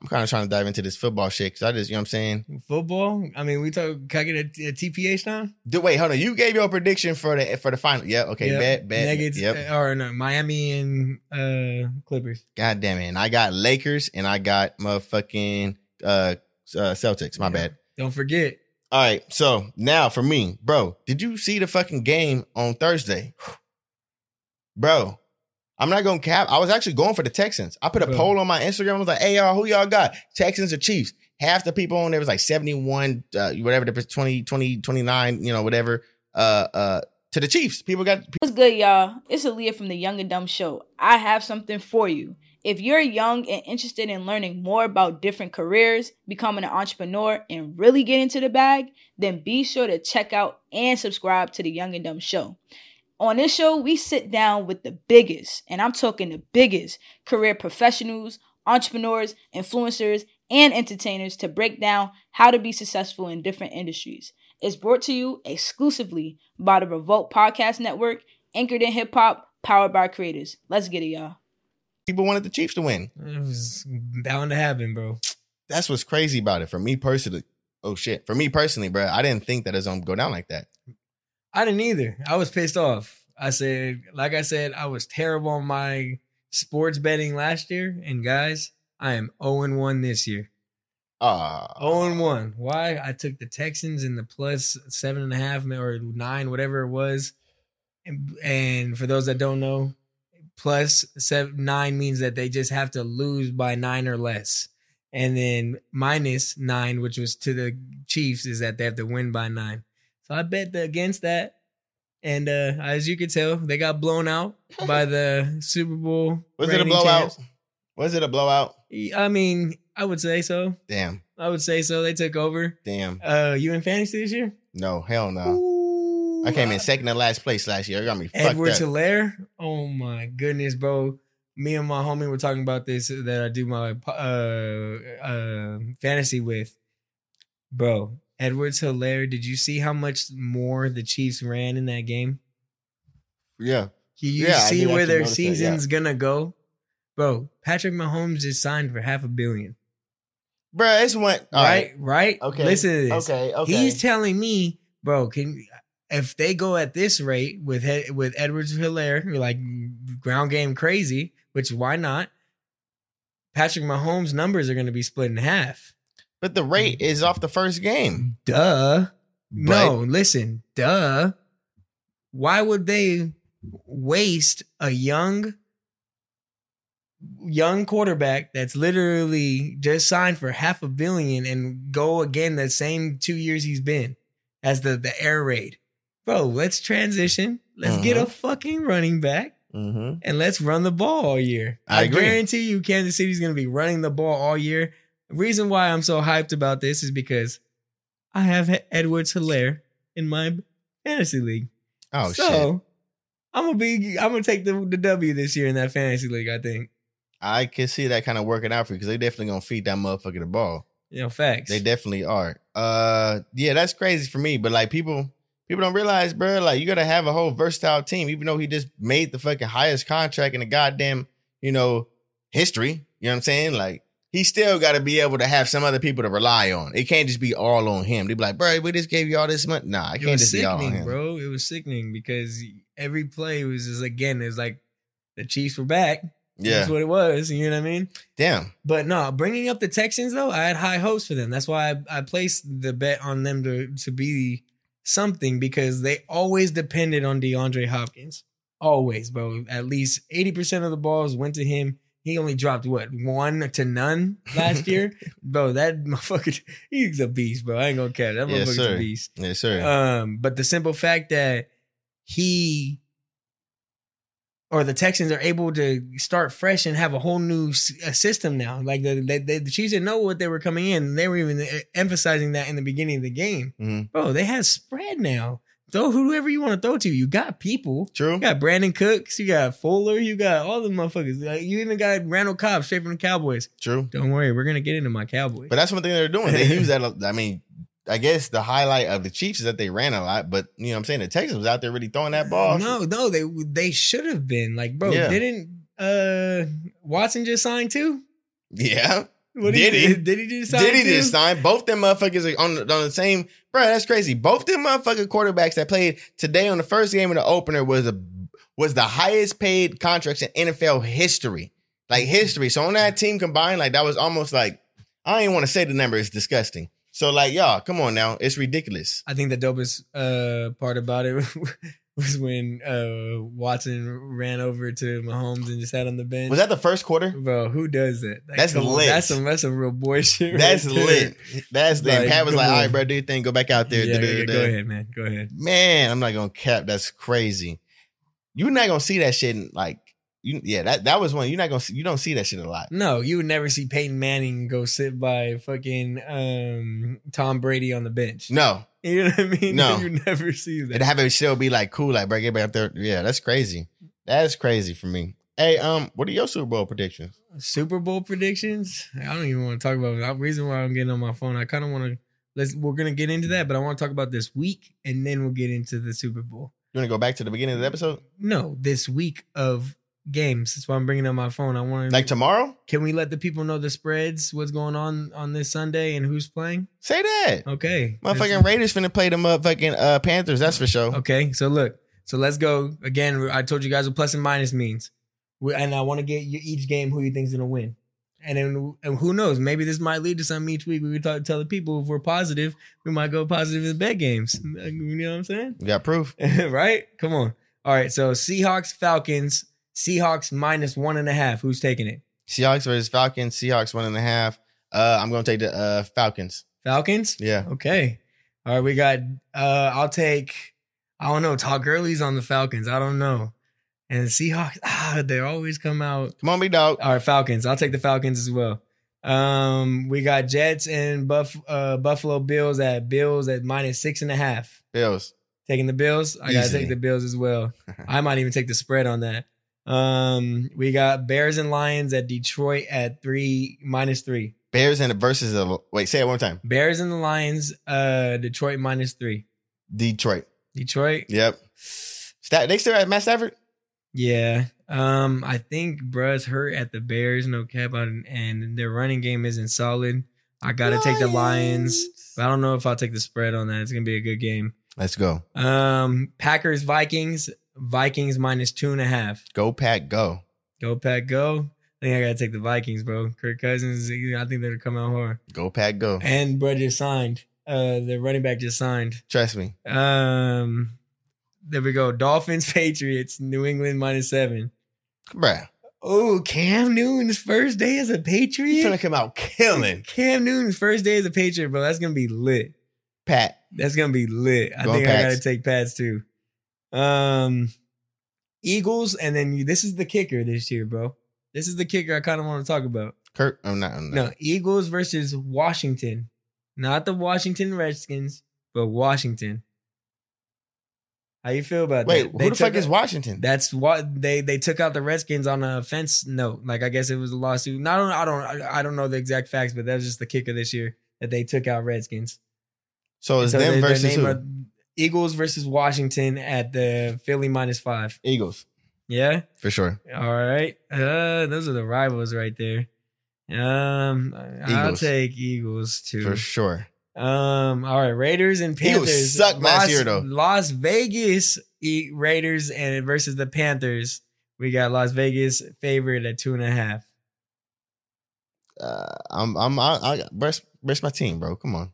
I'm kind of trying to dive into this football shit because I just, you know what I'm saying?
Football. I mean, we talk. Can I get a, a TPH now?
Dude, wait, hold on. You gave your prediction for the for the final. Yeah, okay,
Yep.
bet, bet.
Nuggets uh,
Yep.
or no Miami and uh Clippers.
God damn it. And I got Lakers and I got motherfucking uh, uh Celtics. My
Yeah.
bad.
Don't forget.
All right, so now for me, bro, did you see the fucking game on Thursday? Bro, I'm not gonna cap. I was actually going for the Texans. I put a
Bro.
poll on my Instagram. I was like, hey y'all, who y'all got? Texans or Chiefs? Half the people on there was like 71, uh, whatever the per- 20, 20, 29, you know, whatever. Uh uh to the Chiefs. People got
What's good, y'all? It's Aaliyah from the Young and Dumb Show. I have something for you. If you're young and interested in learning more about different careers, becoming an entrepreneur, and really get into the bag, then be sure to check out and subscribe to the Young and Dumb Show. On this show, we sit down with the biggest, and I'm talking the biggest career professionals, entrepreneurs, influencers, and entertainers to break down how to be successful in different industries. It's brought to you exclusively by the Revolt Podcast Network anchored in hip hop, powered by creators. Let's get it, y'all.
people wanted the Chiefs to win.
It was bound to happen, bro.
That's what's crazy about it. For me personally. Oh shit. For me personally, bro, I didn't think that it's gonna go down like that.
I didn't either. I was pissed off. I said, like I said, I was terrible on my sports betting last year, and guys, I am 0 1 this year.
Ah,
0 and 1. Why? I took the Texans in the plus seven and a half mi- or nine, whatever it was. And, and for those that don't know, plus seven, nine means that they just have to lose by nine or less. And then minus nine, which was to the Chiefs, is that they have to win by nine. So I bet the, against that. And uh, as you can tell, they got blown out by the Super Bowl.
was it a
reigning
blowout?
champs.
Was it a blowout?
I mean, I would say so.
Damn,
I would say so. They took over.
damn.
Uh, you in fantasy this year?
No, hell no.
Ooh,
I came in
uh,
second to last place last year. You got me fucked
Edward
up.
Hilaire. Oh my goodness, bro. Me and my homie were talking about this that I do my uh, uh fantasy with, bro. Edwards Hilaire. Did you see how much more the Chiefs ran in that game?
yeah.
Can you
Yeah, I
see
did
where
actually
their
notice that, yeah.
season's gonna go, bro? Patrick Mahomes just signed for half a billion.
Bruh, it's one. All right.
right, right.
Okay.
Listen to this.
Okay. Okay.
He's telling me, bro, can if they go at this rate with he- with Edwards Hilaire, like ground game crazy, which why not? Patrick Mahomes' numbers are going to be split in half.
but the rate is off the first game.
Duh.
But-
No, listen, duh. Why would they waste a young young quarterback that's literally just signed for half a billion and go again the same two years he's been as the the air raid? Bro, let's transition. Let's get a fucking running back
Mhm.
and let's run the ball all year.
I agree.
guarantee you Kansas City's going to be running the ball all year. The reason why I'm so hyped about this is because I have H- Edwards Hilaire in my fantasy league.
Oh
so
shit.
I'm gonna be I'm gonna take the, the W this year in that fantasy league, I think.
I can see that kind of working out for you because they definitely gonna feed that motherfucker the ball.
You know, facts.
They definitely are. Uh, yeah, that's crazy for me. But like people, people don't realize, bruh, Like you gotta have a whole versatile team. Even though he just made the fucking highest contract in the goddamn, you know, history. You know what I'm saying? Like he still gotta be able to have some other people to rely on. It can't just be all on him. They be like, bruh, we just gave you all this money. Nah, I
it
can't
was
just be all on
sickening,
him.
bro. It was sickening because every play was just again, it was like the Chiefs were back.
Yeah,
That's what it was. You know what I mean?
damn.
But no, bringing up the Texans though, I had high hopes for them. That's why I, I placed the bet on them to to be something because they always depended on DeAndre Hopkins. Always, bro. At least eighty percent of the balls went to him. He only dropped what one to none last year, bro. That motherfucker, he's a beast, bro. I ain't gonna care. That
Yes,
motherfucker's
sir.
a beast.
Yes, sir.
Um, but the simple fact that he or the Texans are able to start fresh and have a whole new s- uh, system now. Like the, the, the, the Chiefs didn't know what they were eh, coming in. They were even uh, emphasizing that in the beginning of the game.
Mhm.
Bro, they had spread now. Th- throw whoever you want to throw to. You got people.
True.
You got Brandon Cooks. You got Fuller. You got all the motherfuckers. Like, you even got Randall Cobb straight from the Cowboys.
True.
Don't worry, we're gonna get into my Cowboys.
But that's one thing they're doing. They use that. I mean, I guess the highlight of the Chiefs is that they ran a lot, but you know what I'm saying? The Texans was out there really throwing that ball.
no, no, they they should have been like, bro,
Yeah.
didn't uh Watson just sign too?
Yeah.
What
Did he?
Did he just sign?
Did he
too?
just sign? Both them motherfuckers are on, the- on the same. Bro, that's crazy. Both them motherfucking quarterbacks that played today on the first game of the opener was a was the highest paid contracts in NFL history. Like history. So on that team combined, like that was almost like I didn't want to say the number. It's disgusting. So like y'all, come on now. It's ridiculous.
I think the dopest uh, part about it was when uh, Watson ran over to Mahomes and just sat on the bench.
Was that the first quarter?
Bro, who does that? Like,
That's
come on,
lit.
That's some that's some real boy shit. right
That's
there.
lit. That's lit.
Like,
Pat was
come
like, all right,
on.
bro, do your thing. Go back out
Yeah,
there.
yeah,
Da-da-da-da.
yeah, go ahead, man. Go ahead.
Man, I'm not gonna cap. That's crazy. You're not gonna see that shit in like you. Yeah, that that was one. You're not gonna see. You don't see that shit a lot.
No, you would never see Peyton Manning go sit by fucking um, Tom Brady on the bench.
No,
You know what I mean?
No.
you never see that.
and have it still be like cool. Like, bro, get back up there. Yeah, that's crazy. That's crazy for me. Hey, um, what are your Super Bowl predictions?
Super Bowl predictions. I don't even want to talk about it. The reason why I'm getting on my phone, I kind of want to. Let's. We're gonna get into that, but I want to talk about this week, and then we'll get into the Super Bowl.
You want to go back to the beginning of the episode,
No, this week of games. That's why I'm bringing up my phone. I want to.
like tomorrow?
can we let the people know the spreads? What's going on on this Sunday and who's playing?
Say that.
Okay.
Motherfucking Raiders finna play the motherfucking uh, Panthers. That's for sure.
Okay, so look, so let's go again. I told you guys what plus and minus means, we, and I want to get you each game who you think's gonna win, and then and who knows, maybe this might lead to something each week. We could talk, tell the people if we're positive, we might go positive in the bet games. You know what I'm saying?
You got proof.
right? Come on. All right, so Seahawks Falcons. Seahawks minus one and a half. Who's taking it?
Seahawks versus Falcons. Seahawks one and a half. Uh, I'm gonna take the uh Falcons.
Falcons.
Yeah.
Okay. All right, we got uh I'll take I don't know, Todd Gurley's on the Falcons. I don't know. And Seahawks, ah, they always come out.
Come on, big dog.
All right, Falcons. I'll take the Falcons as well. Um, we got Jets and Buff uh Buffalo Bills at Bills at minus six and a half.
Bills.
Taking the Bills. I gotta
Easily.
take the Bills as well. I might even take the spread on that. Um, we got Bears and Lions at Detroit at three minus three.
Bears and the versus the wait, say it one more time.
Bears and the Lions, uh, Detroit minus three.
Detroit.
Detroit.
Yep. Sta- they still at Matt Stafford?
Yeah. Um, I think Bruss hurt at the Bears, no cap, on, and their running game isn't solid. I gotta take the Lions. But I don't know if I'll take the spread on that. It's gonna be a good game.
Let's go.
Um, Packers, Vikings, Vikings minus two and a half.
Go pack go.
Go pack, go. I think I gotta take the Vikings, bro. Kirk Cousins, I think they're gonna come out hard.
Go pack go.
And bro just signed. Uh, the running back just signed.
Trust me.
Um, there we go. Dolphins, Patriots, New England minus seven.
Bruh.
Oh, Cam Newton's first day as a
You finna
Patriot.
come out killing.
Cam Newton's first day as a Patriot, bro. That's gonna be lit.
Pat.
That's gonna be lit. I
Go
think I
Pats.
gotta take Pats too. Um, Eagles, and then you, this is the kicker this year, bro. This is the kicker I kind of want to talk about.
Kirk. I'm not oh, I'm not.
No, Eagles versus Washington, not the Washington Redskins, but Washington. How you feel about
Wait,
that?
who
They
the fuck
took
is
a-
Washington?
That's what they they took out the Redskins on a offense note. Like I guess it was a lawsuit. Not on, I don't I don't know the exact facts, but that was just the kicker this year that they took out Redskins.
so it's them
they- their
versus
name
who?
are Eagles versus Washington at the Philly minus five.
Eagles.
Yeah.
For sure.
All right. Uh, those are the rivals right there. Um, I'll
Eagles.
take Eagles too.
For sure.
Um. All right, Raiders and
Eagles
Panthers.
sucked last year, though.
Las Vegas e- Raiders and versus the Panthers. We got Las Vegas favored at two and a half.
Uh, I'm I'm I, I rest rest my team, bro. Come on.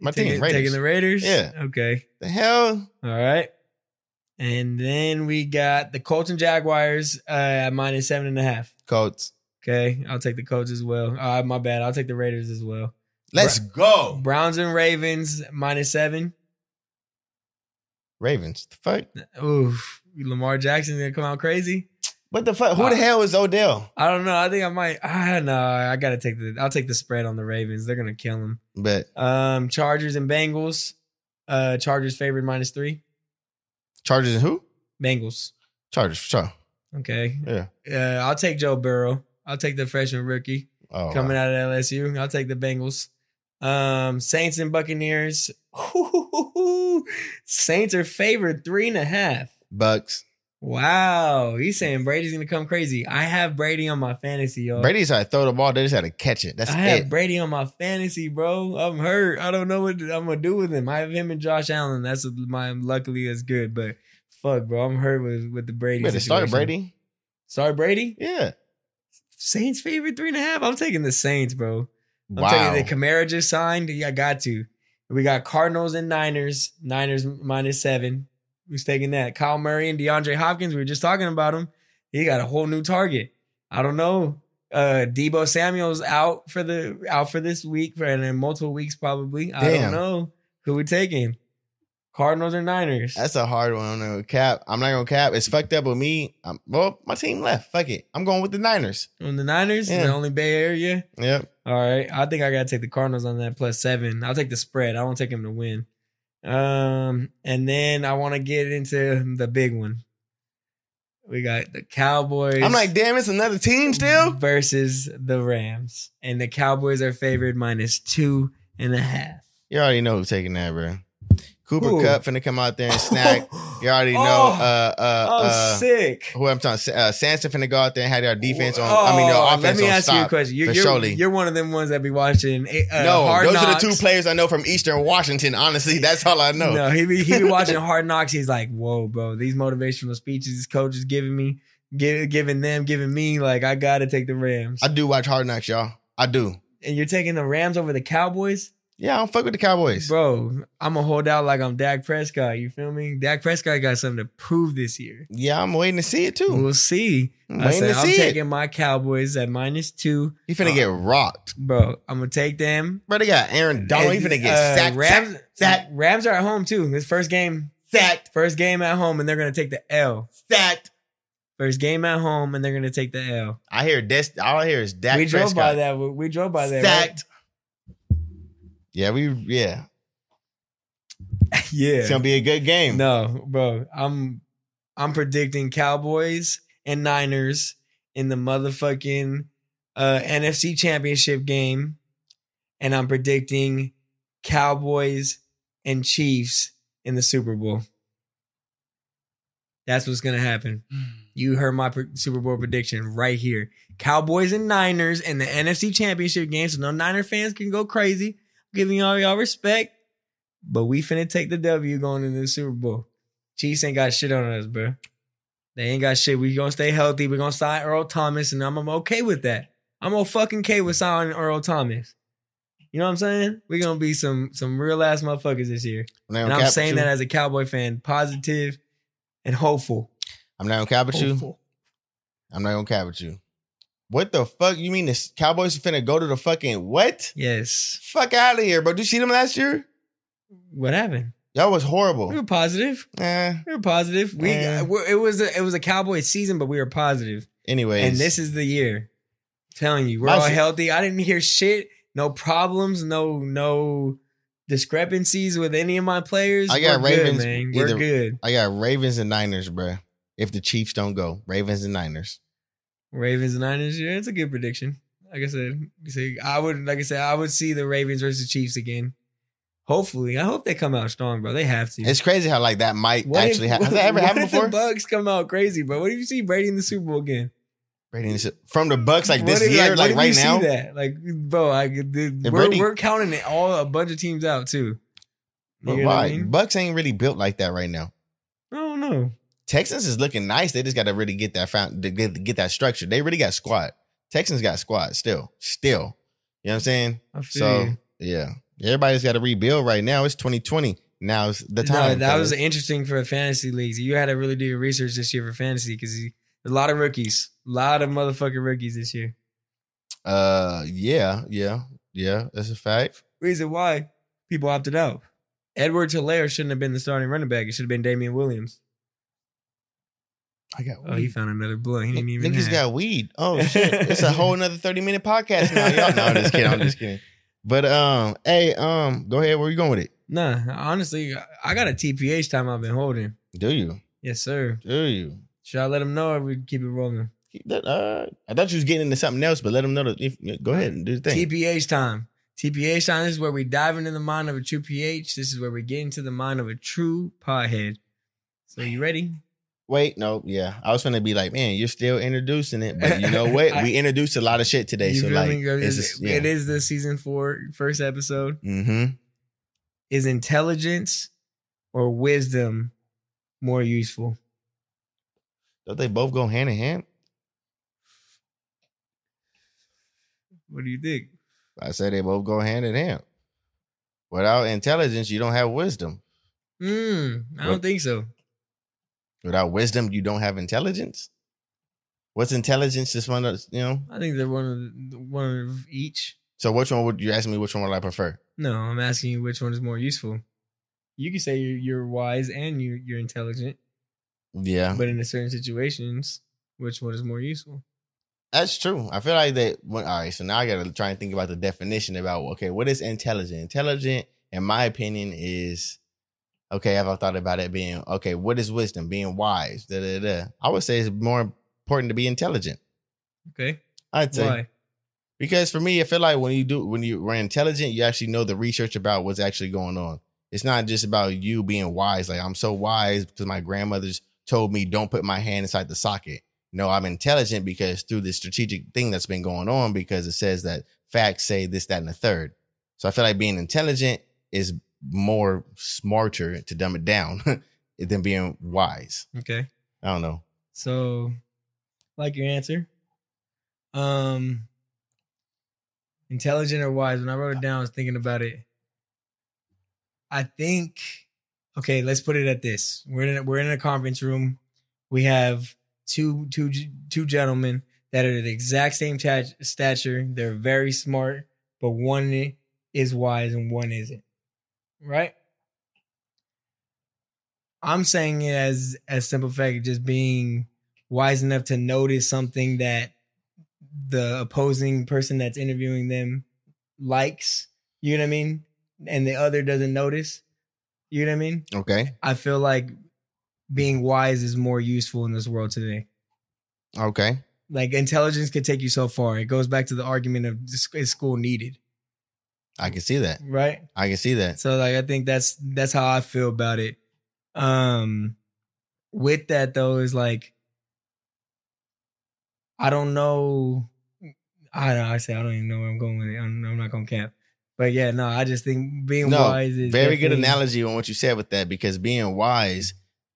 My
Taking-
team, Raiders.
taking the Raiders.
Yeah.
Okay.
the hell?
All right. And then we got the Colts and Jaguars uh, at minus seven and a half.
Colts.
Okay, I'll take the Colts as well. Uh, my bad. I'll take the Raiders as well.
Let's go.
Browns and Ravens minus seven.
Ravens. The fuck?
Oof. Lamar Jackson's gonna come out crazy.
What the fuck? Who the
Uh,
hell is Odell?
I don't know. I think I might. I no. I gotta take the. I'll take the spread on the Ravens. They're gonna kill them.
But
Um, Chargers and Bengals. Uh, Chargers favored minus three.
Chargers and who?
Bengals.
Chargers for sure.
Okay.
Yeah.
Uh, I'll take Joe Burrow. I'll take the freshman rookie
Oh,
coming out of LSU. I'll take the Bengals. Um, Saints and Buccaneers. Saints are favored three and a half.
Bucks.
Wow. He's saying Brady's gonna come crazy. I have Brady on my fantasy, y'all.
Brady's had to throw the ball. They just had to catch it. That's
I have
it.
Brady on my fantasy, bro. I'm hurt. I don't know what I'm gonna do with him. I have him and Josh Allen. That's my luckily that's good, but fuck, bro. I'm hurt with with the Brady.
You better start
situation.
Brady.
Start Brady.
Yeah.
Saints favorite three and a half. I'm taking the Saints, bro. I'm
wow.
taking the Camara just signed. Yeah, I got to. We got Cardinals and Niners. Niners minus seven. Who's taking that? Kyle Murray and DeAndre Hopkins. We were just talking about him. He got a whole new target. I don't know. Uh Debo Samuel's out for the out for this week for and in multiple weeks probably. I
Damn.
don't know who we taking. Cardinals or Niners.
That's a hard one. I'm not gonna cap. I'm not gonna cap. It's fucked up with me. i well, my team left. Fuck it. I'm going with the Niners.
on the Niners,
Yeah.
the only Bay Area.
Yep.
All right. I think I gotta take the Cardinals on that plus seven. I'll take the spread. I won't take him to win. Um, and then I want to get into the big one. We got the Cowboys.
I'm like, damn, it's another team still.
versus the Rams, and the Cowboys are favored minus two and a half.
You already know who's taking that, bro. Cooper
Who?
Cup finna come out there and snack. you already know.
Oh.
uh, uh,
I'm
uh,
sick.
who I'm talking. Uh, Sanson finna go out there and have their defense on. I mean, their
Oh,
offense
Let me
on
ask
stop.
you a question. You're,
for
you're,
surely.
you're one of them ones that be watching. Uh,
no,
Hard
those
Knocks.
are the two players I know from Eastern Washington. Honestly, that's all I know.
No, he be he be watching Hard Knocks. He's like, whoa, bro, these motivational speeches this coach is giving me, give, giving them, giving me, like I gotta take the Rams.
I do watch Hard Knocks, y'all. I do.
and you're taking the Rams over the Cowboys,
Yeah, I don't fuck with the Cowboys.
bro. I'm gonna hold out like I'm Dak Prescott. You feel me? Dak Prescott got something to prove this year.
Yeah, I'm waiting to see it too.
We'll see.
I'm
I
waiting
said,
to
I'm
see it.
taking uh, my Cowboys at minus two,
He finna get rocked,
bro. I'm gonna take them.
bro. They got Aaron Donald. He
And,
finna get
uh,
sacked,
Rams,
sacked, sacked,
Rams are at home too. His first game,
sacked,
first game at home, and they're gonna take the L.
sacked.
First game at home, and they're gonna take the L.
I hear Des- All I hear is Dak
we drove
Prescott.
by that. We, we drove by that. right?
sacked. Yeah, we yeah. It's
yeah.
gonna be a good game.
No, bro. I'm I'm predicting Cowboys and Niners in the motherfucking uh, NFC Championship game, and I'm predicting Cowboys and Chiefs in the Super Bowl. That's what's gonna happen. You heard my pre- Super Bowl prediction right here. Cowboys and Niners in the NFC Championship game, so no Niner fans can go crazy. Giving all y'all respect, but we finna take the W going into the Super Bowl. Chiefs ain't got shit on us, bro. They ain't got shit. We gonna stay healthy. We gonna sign Earl Thomas, and I'm, I'm okay with that. I'm a fucking K with signing Earl Thomas. You know what I'm saying? We gonna be some some real ass motherfuckers this year,
I'm not gonna
and I'm
cap
saying
with you.
that as a Cowboy fan, positive and hopeful.
I'm not gonna
Oh,
cap with you.
Hopeful.
I'm not gonna cap with you. What the fuck? You mean the Cowboys finna go to the fucking what?
Yes.
Fuck out of here, bro. Did you see them last year?
What happened?
That was
We
horrible.
were positive.
Eh,
We were positive. We
Yeah.
we're- it was a, it was a Cowboys season, but we were positive.
anyways,
And this is the year. I'm telling you, we're
My
all
shit-
healthy. I didn't hear shit. No problems. No no discrepancies with any of my players.
I got
we're good,
Ravens
man.
either-
We're good.
I got Ravens and Niners, bro. If the Chiefs don't go, Ravens and Niners.
Ravens and Niners. Yeah, it's a good prediction. Like I said, you see, I would like I said, I would see the Ravens versus Chiefs again. Hopefully, I hope they come out strong, bro. They have to.
It's crazy how like that might actually happen. Has that ever
what
happened
if
before?
The Bucks come out crazy, bro. What if you see Brady in the Super Bowl again?
Brady and the- from the Bucks like this
What if-
year,
what
like
if
right
you
now.
See that? Like, bro, I, the, we're,
Brady-
we're counting it all a bunch of teams out too.
But
You know what
why?
I mean?
Bucks ain't really built like that right now.
I don't know.
Texans is looking nice. They just got to really get that found, to get, get that structure. They really got squad. Texans got squad still, still. You know what I'm saying?
I feel
So
you.
yeah, everybody's got to rebuild right now. It's 2020. Now's the
No,
time.
that was interesting for fantasy leagues. You had to really do your research this year for fantasy because a lot of rookies, a lot of motherfucking rookies this year.
uh, yeah, yeah, yeah. That's a fact.
Reason why people opted out. Edward Hilaire shouldn't have been the starting running back. It should have been Damian Williams.
I got.
Oh, he found another blood. He didn't even.
Niggas
have.
got weed. Oh shit! it's a whole another 30 minute podcast now. Y'all. No, I'm just kidding. I'm just kidding. But um, hey, um, go ahead. Where you going with it?
Nah, honestly, I got a TPH time I've been holding.
Do you?
Yes, sir.
Do you?
Should I let them know or we keep it rolling?
Keep that- uh, I thought you was getting into something else, but let them know that. If, go ahead and do the thing.
TPH time. TPH time. This is where we dive into the mind of a true PH. This is where we get into the mind of a true podhead. So you ready?
Wait, no, yeah, I was gonna be like, man, you're still introducing it, but you know what? we introduced a lot of shit today,
you
so
feel
like,
me?
it's
It's-
just, yeah.
It is the season four first episode.
Mm-hmm.
Is intelligence or wisdom more useful?
Don't they both go hand in hand?
What do you think?
I say they both go hand in hand. Without intelligence, you don't have wisdom.
Mm, I don't
What-
think so.
Without wisdom, you don't have intelligence. What's intelligence? Just one, of those, you know.
I think they're one of the, one of each.
So which one would you ask me? Which one would I prefer?
No, I'm asking you which one is more useful. You can say you're, you're wise and you you're intelligent,
Yeah,
but in a certain situations, which one is more useful?
that's true. I feel like that. When, all right, so now I gotta try and think about the definition about okay, what is intelligent? Intelligent, in my opinion, is okay. I've thought about it being okay. What is wisdom? Being wise. Da da da. I would say it's more important to be intelligent.
Okay,
I'd say.
why?
Because for me, I feel like when you do when you are intelligent, you actually know the research about what's actually going on. It's not just about you being wise. Like I'm so wise because my grandmother's told me don't put my hand inside the socket. No, I'm intelligent because through this strategic thing that's been going on, because it says that facts say this, that, and the third. So I feel like being intelligent is more smarter to dumb it down than being wise.
Okay,
I don't know.
so like your answer. Um, intelligent or wise? When I wrote it down, I was thinking about it. I think. Okay, let's put it at this. We're in a, we're in a conference room. We have two two g- two gentlemen that are the exact same tat- stature. They're very smart, but one is wise and one isn't. Right? I'm saying it as as simple fact of just being wise enough to notice something that the opposing person that's interviewing them likes. You know what I mean? And the other doesn't notice. You know what I mean?
Okay.
I feel like being wise is more useful in this world today
Okay.
like intelligence could take you so far. It goes back to the argument of is is school needed,
I can see that.
right?
I can see that.
So like I think that's that's how I feel about it. Um with that though is like I don't know I don't I say I don't even know where I'm going with it. I'm, I'm not going to cap. But yeah, no, I just think being
No,
wise is
very good
definitely-
analogy on what you said with that because being wise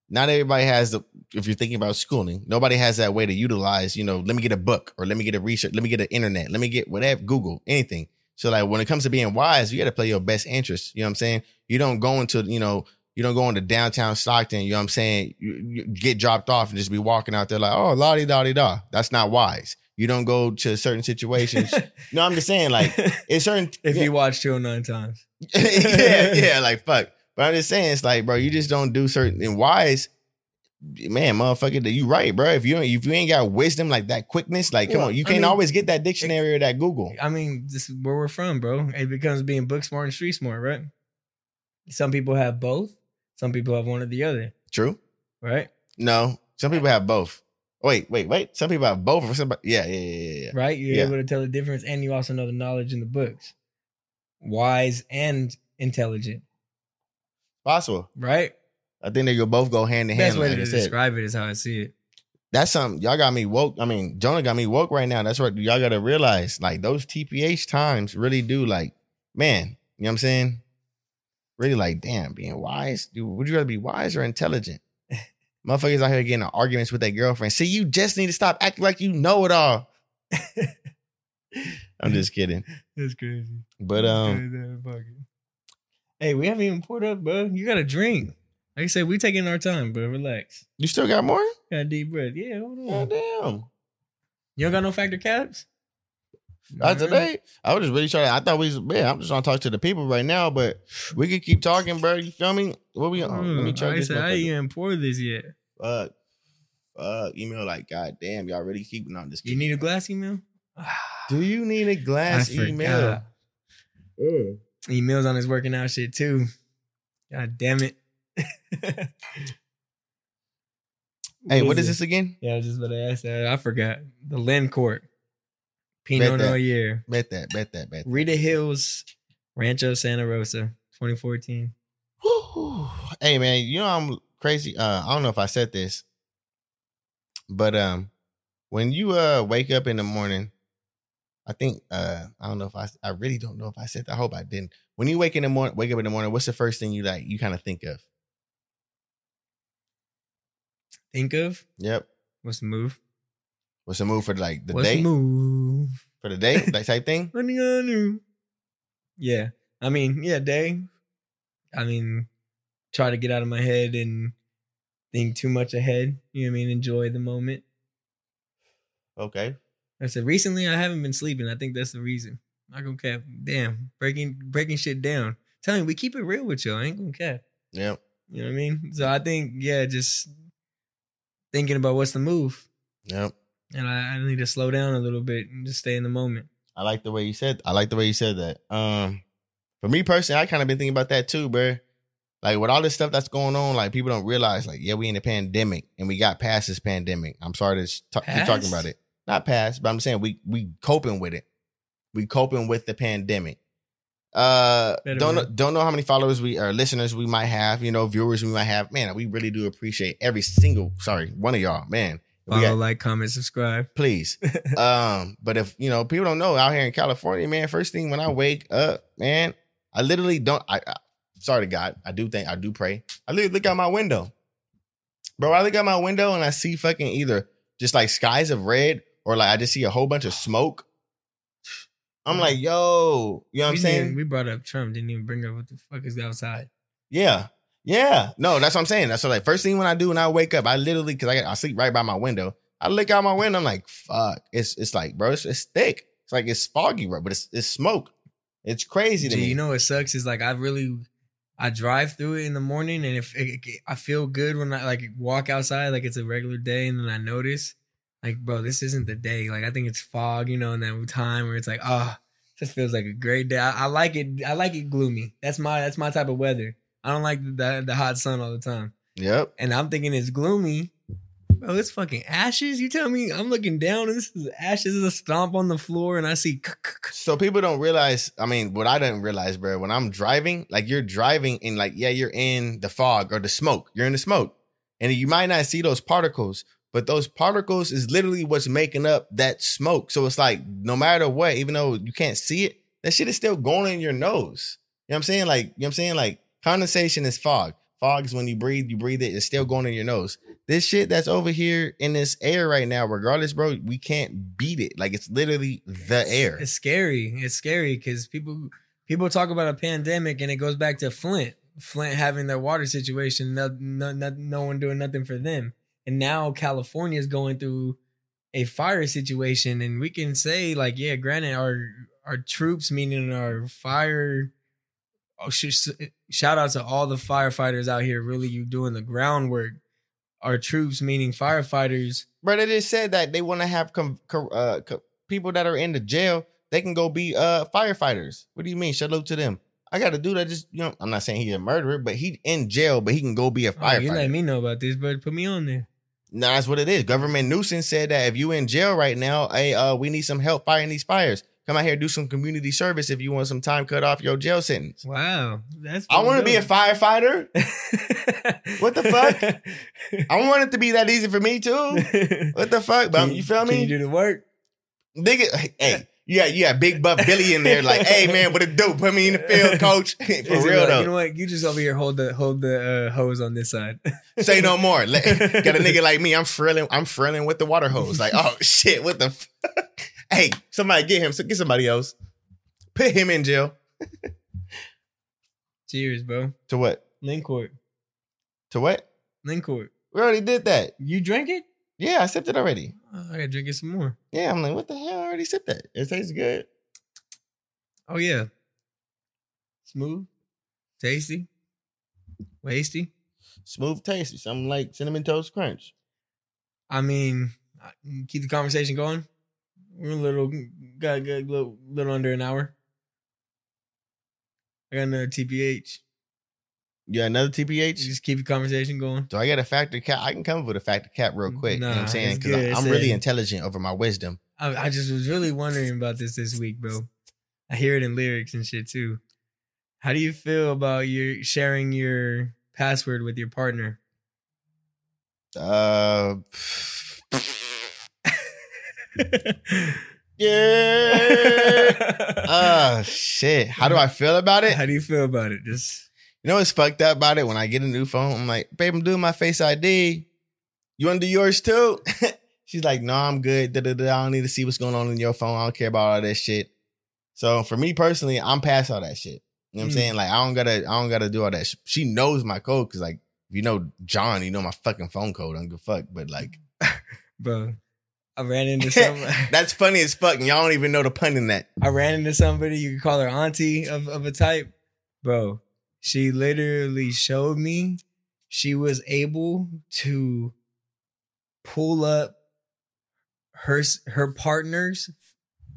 not everybody has the if you're thinking about schooling nobody has that way to utilize you know let me get a book or let me get a research let me get an internet let me get whatever google anything so like when it comes to being wise you got to play your best interest you know what i'm saying you don't go into you know you don't go into downtown Stockton, you know what I'm saying? You, you get dropped off and just be walking out there like, oh, la di da di da. That's not wise. You don't go to certain situations. no, I'm just saying, like, it's certain.
if you watch 209 times.
yeah, yeah, like fuck. But I'm just saying, it's like, bro, you just don't do certain and wise. Man, motherfucker, that you right, bro. If you ain't- if you ain't got wisdom like that quickness, like come
Well,
on, you
I
can't
mean-
always get that dictionary or that Google.
I mean, this is where we're from, bro. It becomes being book smart and street smart, right? Some people have both. Some people have one or the other,
True?
right?
No, some people have both. Wait, wait, wait. Some people have both. Or somebody, yeah, yeah, yeah, yeah, yeah.
Right? You're
Yeah.
able to tell the difference, and you also know the knowledge in the books, wise and intelligent,
Possible.
right?
I think they will both go hand in hand.
Best way
like
to
I said.
describe it is how I see it.
that's something y'all got me woke. I mean, Jonah got me woke right now. That's what y'all gotta realize. Like those TPH times really do like, man, you know what I'm saying? Really like, damn, being wise. Dude, would you rather be wise or intelligent? Motherfuckers out here getting in arguments with their girlfriend. See, you just need to stop acting like you know it all. I'm just kidding.
That's crazy.
But um,
hey, we haven't even poured up, bro. You got a drink. Like I said, we taking our time, bro. Relax.
you still got more?
Got a deep breath. Yeah, hold on.
Oh damn.
You don't got no factor caps?
Not today. I was just really trying to. I thought we was, man, I'm just trying to talk to the people right now, but we could keep talking, bro. You feel me? What we on? Let me
Mm,
try
I
this.
said, I
motherfucker.
ain't even poured this yet.
fuck, fuck. Email like, god damn, y'all really keep on this.
You need a glass email?
Do you need a glass email? Mm.
Emails on his working out shit too. God damn it.
Hey, what is this again?
Yeah, I was just about to ask that. I forgot. The Lynn Court.
Bet
Pinot
that.
Noir.
Bet that, bet that, bet that.
Rita Hills, Rancho Santa Rosa, 2014.
Whew. Hey man, you know I'm crazy. Uh, I don't know if I said this, but um, when you uh wake up in the morning, I think uh I don't know if I I really don't know if I said that. I hope I didn't. When you wake in the morning, wake up in the morning, what's the first thing you like? You kind of think of.
Think of
Yep.
what's the move?
What's the move for like the
what's
day
the move?
for the day that type thing?
What you gonna do? Yeah, I mean, yeah, day. I mean, try to get out of my head and think too much ahead. You know what I mean? Enjoy the moment.
Okay.
I said recently I haven't been sleeping. I think that's the reason. I gonna cap. Damn, breaking breaking shit down. Tell me, we keep it real with you. I ain't gonna cap.
Yep.
You know what I mean? So I think yeah, just thinking about what's the move,
Yep.
and I, I need to slow down a little bit and just stay in the moment.
I like the way you said. I like the way you said that. Um, for me personally, I kind of been thinking about that too, bro. Like with all this stuff that's going on, like people don't realize, like yeah, we in a pandemic and we got past this pandemic. I'm sorry to s- ta- keep talking
Past?
about it, not past, but I'm saying we we coping with it. We coping with the pandemic. Uh,
Better
don't know,
word.
don't know how many followers we or listeners we might have. You know, viewers we might have. Man, we really do appreciate every single sorry one of y'all. Man, we
Follow,
got-
like, comment, subscribe.
please. um, but if you know, people don't know out here in California, man. First thing when I wake up, man, I literally don't. I, I sorry to God, I do think I do pray. I literally look out my window, bro. I look out my window and I see fucking either just like skies of red or like I just see a whole bunch of smoke. I'm like, yo, you
we
know what I'm
didn't
saying?
even- we brought up Trump, didn't even bring up what the fuck is outside.
Yeah. Yeah. No, that's what I'm saying. That's what, like first thing when I do when I wake up, I literally cause I got I sleep right by my window. I look out my window, I'm like, fuck. It's it's like, bro, it's, it's thick. It's like it's foggy, bro, but it's it's smoke. It's crazy to
Gee,
me.
you know what sucks is like I really I drive through it in the morning and if it, it- I feel good when I like walk outside like it's a regular day and then I notice like bro this isn't the day like I think it's fog you know and that time where it's like ah this feels like a great day I, I like it I like it gloomy that's my that's my type of weather I don't like the, the the hot sun all the time
yep.
and I'm thinking it's gloomy bro it's fucking ashes you tell me I'm looking down and this is ashes this is a stomp on the floor and I see
So people don't realize, I mean, what I didn't realize, bro, when I'm driving, like you're driving and like, yeah, you're in the fog or the smoke. You're in the smoke. And you might not see those particles, but those particles is literally what's making up that smoke. So it's like no matter what, even though you can't see it, that shit is still going in your nose. You know what I'm saying? Like, you know what I'm saying? Like condensation is fog. Fog is when you breathe, you breathe it, it's still going in your nose. This shit that's over here in this air right now, regardless, bro, we can't beat it. Like it's literally the air.
It's scary. It's scary because people people talk about a pandemic and it goes back to Flint. Flint having their water situation, no, no, no, no one doing nothing for them. And now California is going through a fire situation. And we can say, like, yeah, granted, our our troops, meaning our fire. Oh, sh- shout out to all the firefighters out here. Really, you doing the groundwork. Our troops, meaning firefighters,
Bro, they just said that they want to have com- co- uh, co- people that are in the jail. They can go be uh, firefighters. What do you mean? Shut up to them. I got to do that. Just you know, I'm not saying he's a murderer, but he in jail, but he can go be a
Oh, you
firefighter.
let me know about this, but put me on there.
Nah, that's what it is. Government nuisance said that if you in jail right now, hey, uh, we need some help fighting these fires. Come out here do some community service if you want some time cut off your jail sentence.
Wow, that's.
I want to be a
fucking
firefighter.
dope.
What the
fuck?
I want it to be that easy for me too. What the fuck? But um, you feel me?
Can you do the work?
Nigga, hey, you got, you got Big Buff Billy in there, like, hey, man, what it do? Put me in the field, coach. For
Is it
real,
like,
though.
You know what? You just over here hold the hold the uh, hose on this side.
Say no more. Like, got a nigga like me, I'm frilling, I'm frilling with the water hose. Like, oh, shit, what the fuck? hey, somebody get him. So Get somebody else. Put him in jail.
Cheers, bro.
To what?
Lincourt,
To what?
Lincourt.
We already did that.
You drink it?
Yeah, I sipped it already.
Oh, I gotta drink it some more.
Yeah, I'm like, what the hell? I already sipped that. It tastes good.
Oh yeah, smooth, tasty, wasty.
Smooth tasty. Something like cinnamon toast crunch.
I mean, I- keep the conversation going. We're a little got got a little, little under an hour. I got another TPH.
Yeah, another TPH.
You just keep the conversation going.
Do I get a factor cap? I can come up with a factor cap real quick. you know what
Nah,
I'm saying?
it's
Because
good.
I'm
It's
really
a-
intelligent over my wisdom.
I, I just was really wondering about this this week, bro. I hear it in lyrics and shit too. How do you feel about your sharing your password with your partner?
Uh, yeah.
How
Oh shit! How do I feel about it?
do you feel about it? Just
You know what's fucked up about it? When I get a new phone, I'm like, babe, I'm doing my Face ID. You want to do yours too? She's like, no, I'm good. Da, da, da. I don't need to see what's going on in your phone. I don't care about all that shit. So for me personally, I'm past all that shit. You know what I'm
Mm.
saying? Like, I don't gotta, I don't gotta do all that. sh- She knows my code because, like, if you know John, you know my fucking phone code. I don't give a fuck. But like,
bro, I ran into some.
that's funny as fuck, and y'all don't even know the pun in that.
I ran into somebody. You could call her auntie of, of a type, bro. She literally showed me she was able to pull up her s- her partner's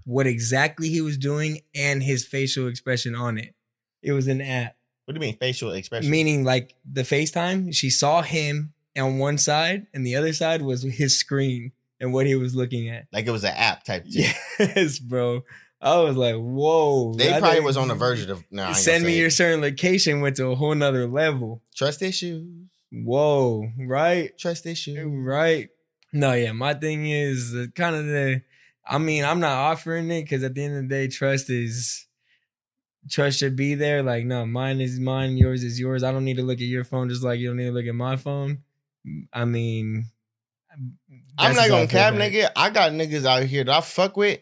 what exactly he was doing and his facial expression on it. It was an app,
What do you mean facial expression?
meaning like the FaceTime. She saw him on one side, and the other side was his screen and what he was looking at.
like it was an app type. Shit.
Yes, bro. I was like, whoa.
They
I
probably
think-
was on the verge of. No, I ain't gonna
Send me
say
your
it.
certain location went to a whole nother level.
trust issues.
Whoa, right?
Trust issues.
Right. No, yeah, my thing is kind of the I mean, I'm not offering it because at the end of the day, trust is trust should be there. Like, no, mine is mine, yours is yours. I don't need to look at your phone just like you don't need to look at my phone. I mean
I'm
that's
not
just how I
gonna
feel
cap,
about it.
nigga. I got niggas out here that I fuck with.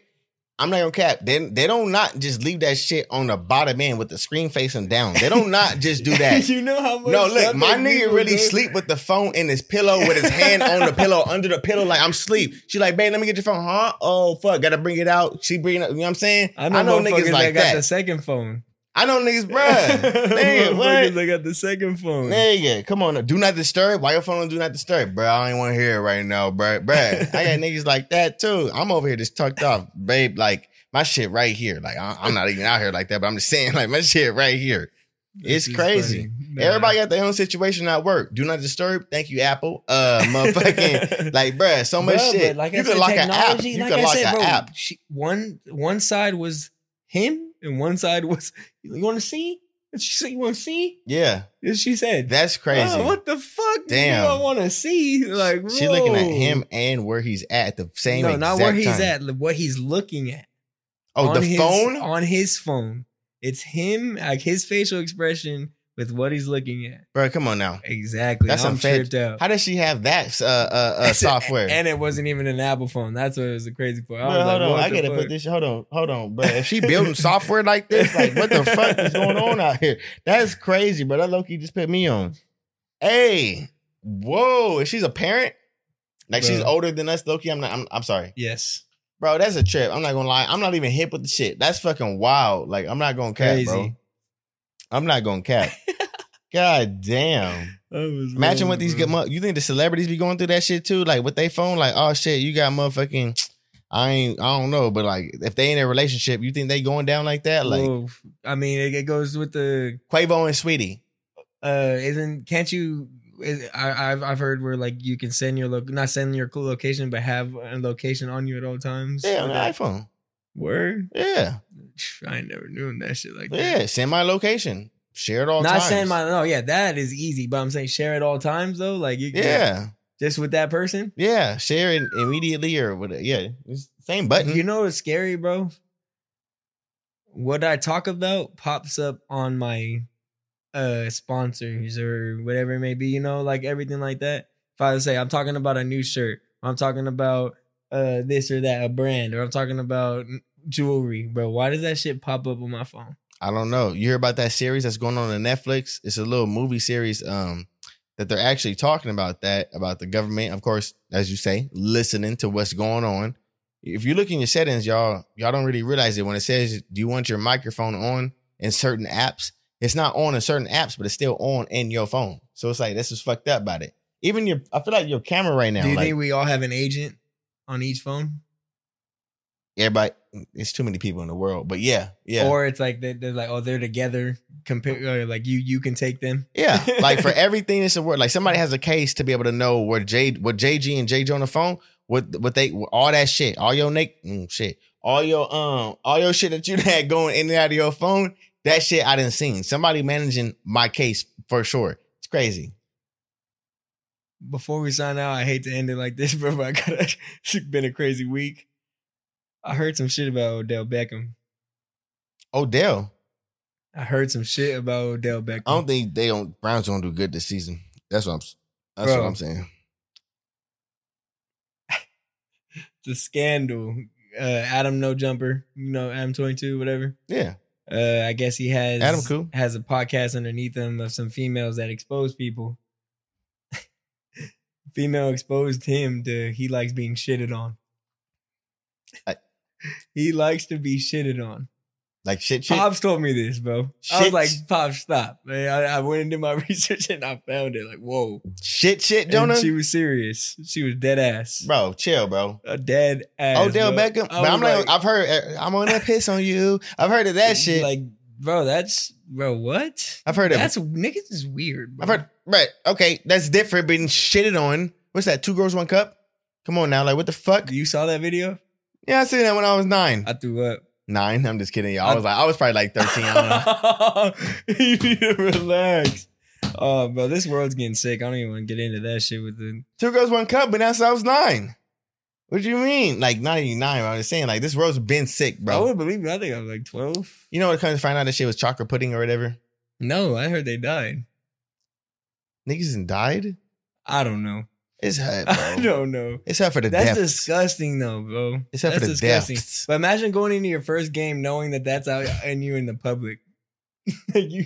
I'm not gonna cap. They they don't not just leave that shit on the bottom end with the screen facing down. They don't not just do that.
you know how much
No, look, my
something
nigga
people
really
do?
sleep with the phone in his pillow, with his hand on the pillow, under the pillow, like I'm sleep. She like, babe, let me get your phone, huh? Oh fuck, gotta bring it out. She bring it up. You know what I'm saying?
I know, niggas like got the second phone.
I know niggas, bruh. Nigga,
Motherfuckers
what?
that got the second phone.
Nigga, come on. now. Do not disturb. Why your phone on do not disturb, bro? I don't want to hear it right now, bro. Bro, I got niggas like that too. I'm over here just tucked off, babe. Like my shit right here. Like I- I'm not even out here like that, but I'm just saying, like my shit right here.
This
It's
is
crazy.
funny.
Everybody got their own situation at work. Do not disturb. Thank you, Apple. Uh, motherfucking. Like, bruh, so much
Bruh,
shit.
but Like
you
I
can
said,
lock an app.
technology.
You
like
can
I
lock
said,
an
bro,
app.
She, one one side was him, and one side was you want to see. And She said, "You want to see?"
Yeah,
And she said,
that's crazy.
"Oh, what the fuck?
Damn.
you don't want to see?" Like
she looking at
whoa.
him and where he's at at the same.
no, not where
exact
he's
time.
at. like, What he's looking at.
Oh,
on
the
his-
phone.
on his phone. It's him, like his facial expression with what he's looking at.
Bro, come on now.
Exactly.
That's
I'm
some fed-
tripped out.
How does she have that uh, uh, uh,
It's a-
software?
And it wasn't even an Apple phone. That's what was the crazy part. I
Bro,
was like,
hold on,
what
I
the
gotta
fuck?
put this. Hold on, hold on, bro. If she building software like this, like what the fuck is going on out here? That's crazy, bro. That Loki just put me on. Hey, whoa! If she's a parent, like she's
Bro.
older than us, Loki. I'm not. I'm, I'm sorry,
Yes.
bro. That's a trip. I'm not gonna lie. I'm not even hip with the shit. That's fucking wild. Like I'm not gonna cap,
Crazy.
bro. I'm not gonna cap. God damn.
That was
Imagine
wild,
what these
bro.
get. Mo- you think the celebrities be going through that shit too? Like with they phone, like oh shit, you got motherfucking. I ain't. I don't know, but like if they in a relationship, you think they going down like that? Like
Whoa. I mean, it, it goes with the
Quavo and Sweetie.
uh isn't can't you is, I, I've I've heard where like you can send your loc not send your location but have a location on you at all times.
Yeah, on the
Like,
iPhone.
word.
Yeah,
I ain't never doing that shit like that.
yeah. Send my location. Share it all.
Not
times.
saying my no, yeah, that is easy, but I'm saying share at all times though. Like you
Yeah,
just with that person.
yeah. Share it immediately or whatever. Yeah, it's the same button.
You know what's scary, bro? What I talk about pops up on my uh sponsors or whatever it may be, you know, like everything like that. If I say I'm talking about a new shirt, or I'm talking about uh this or that, a brand, or I'm talking about jewelry, bro. Why does that shit pop up on my phone?
I don't know. You hear about that series that's going on on Netflix? It's a little movie series um that they're actually talking about that about the government, of course, as you say, listening to what's going on. If you look in your settings, y'all, y'all don't really realize it when it says do you want your microphone on in certain apps? It's not on in certain apps, but it's still on in your phone. So it's like this is fucked up about it. Even your I feel like your camera right now,
Do you
like
think we all have an agent on each phone?
everybody it's too many people in the world. But yeah, yeah.
Or it's like they- they're like, oh, they're together compare like you you can take them.
Yeah, like for everything that's a word. Like somebody has a case to be able to know where J, what JG and JJ on the phone, what what they, what all that shit, all your neck mm, shit, all your um, all your shit that you had going in and out of your phone. That shit I didn't seen. Somebody managing my case for sure. It's crazy.
Before we sign out, I hate to end it like this, bro. But I gotta, it's been a crazy week. I heard some shit about Odell Beckham.
Odell.
I heard some shit about Odell Beckham.
I don't think they don't Browns gonna do good this season. That's what I'm. That's
Bro.
what I'm saying.
the scandal. Uh, Adam No Jumper, you know Adam Twenty Two, whatever.
Yeah,
Uh, I guess he has
Adam cool.
has a podcast underneath him of some females that expose people. Female exposed him to he likes being shitted on.
I-
he likes to be shitted on.
like shit, shit.
Pops told me this, bro. I was
Shit.
like, Pops, stop. Man, I, I went and did my research and I found it. Like, whoa.
shit, shit,
And
Jonah.
she was serious. She was dead ass.
bro, chill, bro.
A dead ass.
Odell
bro.
Oh, Beckham.
I
But I'm
was
like, I've heard. uh, I'm on that piss on you. I've heard of that shit.
Like, bro, that's bro. What?
I've heard of.
That's niggas is weird. Bro.
I've heard. Right. Okay, that's different. Being shitted on. What's that? Two girls, one cup. Come on now. Like what the fuck?
You saw that video?
Yeah, I seen that when I was nine.
I threw up.
nine. I'm just kidding, y'all.
I-
I was like, I was probably like 13. I don't know.
you need to relax. Oh, bro, this world's getting sick. I don't even want to get into that shit with the.
Two girls, one cup. But that's I was nine. What do you mean? Like not even nine. Bro. I was saying like this world's been sick,
I
bro.
would believe it. I think I was like twelve.
You know what? Comes to find out that shit was chocolate pudding or whatever.
No, I heard they died.
Niggas and died.
I don't know.
It's hard,
I
bro.
don't know.
It's hard for the
That's
depths.
disgusting, though, bro.
Except for
that's
the
disgusting.
depths.
But imagine going into your first game knowing that that's out and you in the public. like you,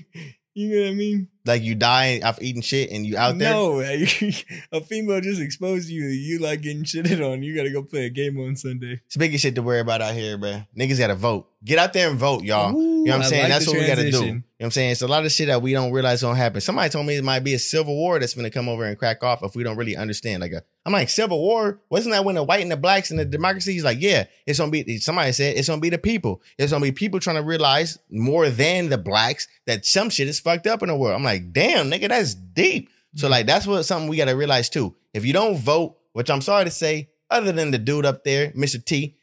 you know what I mean?
Like you die off eating shit and you out there.
No, a female just exposed you. You like getting shitted on. You got to go play a game on Sunday.
It's the biggest shit to worry about out here, bro. Niggas gotta vote. Get out there and vote, y'all. you know what
I
I'm saying?
like
that's
the
what we gotta do. You know
transition.
what I'm saying? It's a lot of shit that we don't realize gonna happen. Somebody told me it might be a civil war that's gonna come over and crack off if we don't really understand. Like a, I'm like, civil war? Wasn't that when the white and the blacks and the democracies? Like, yeah, it's gonna be somebody said it's gonna be the people. It's gonna be people trying to realize more than the blacks that some shit is fucked up in the world. I'm like, damn, nigga, that's deep. So
Mm-hmm.
like that's what something we gotta realize too. If you don't vote, which I'm sorry to say, other than the dude up there, Mr. T,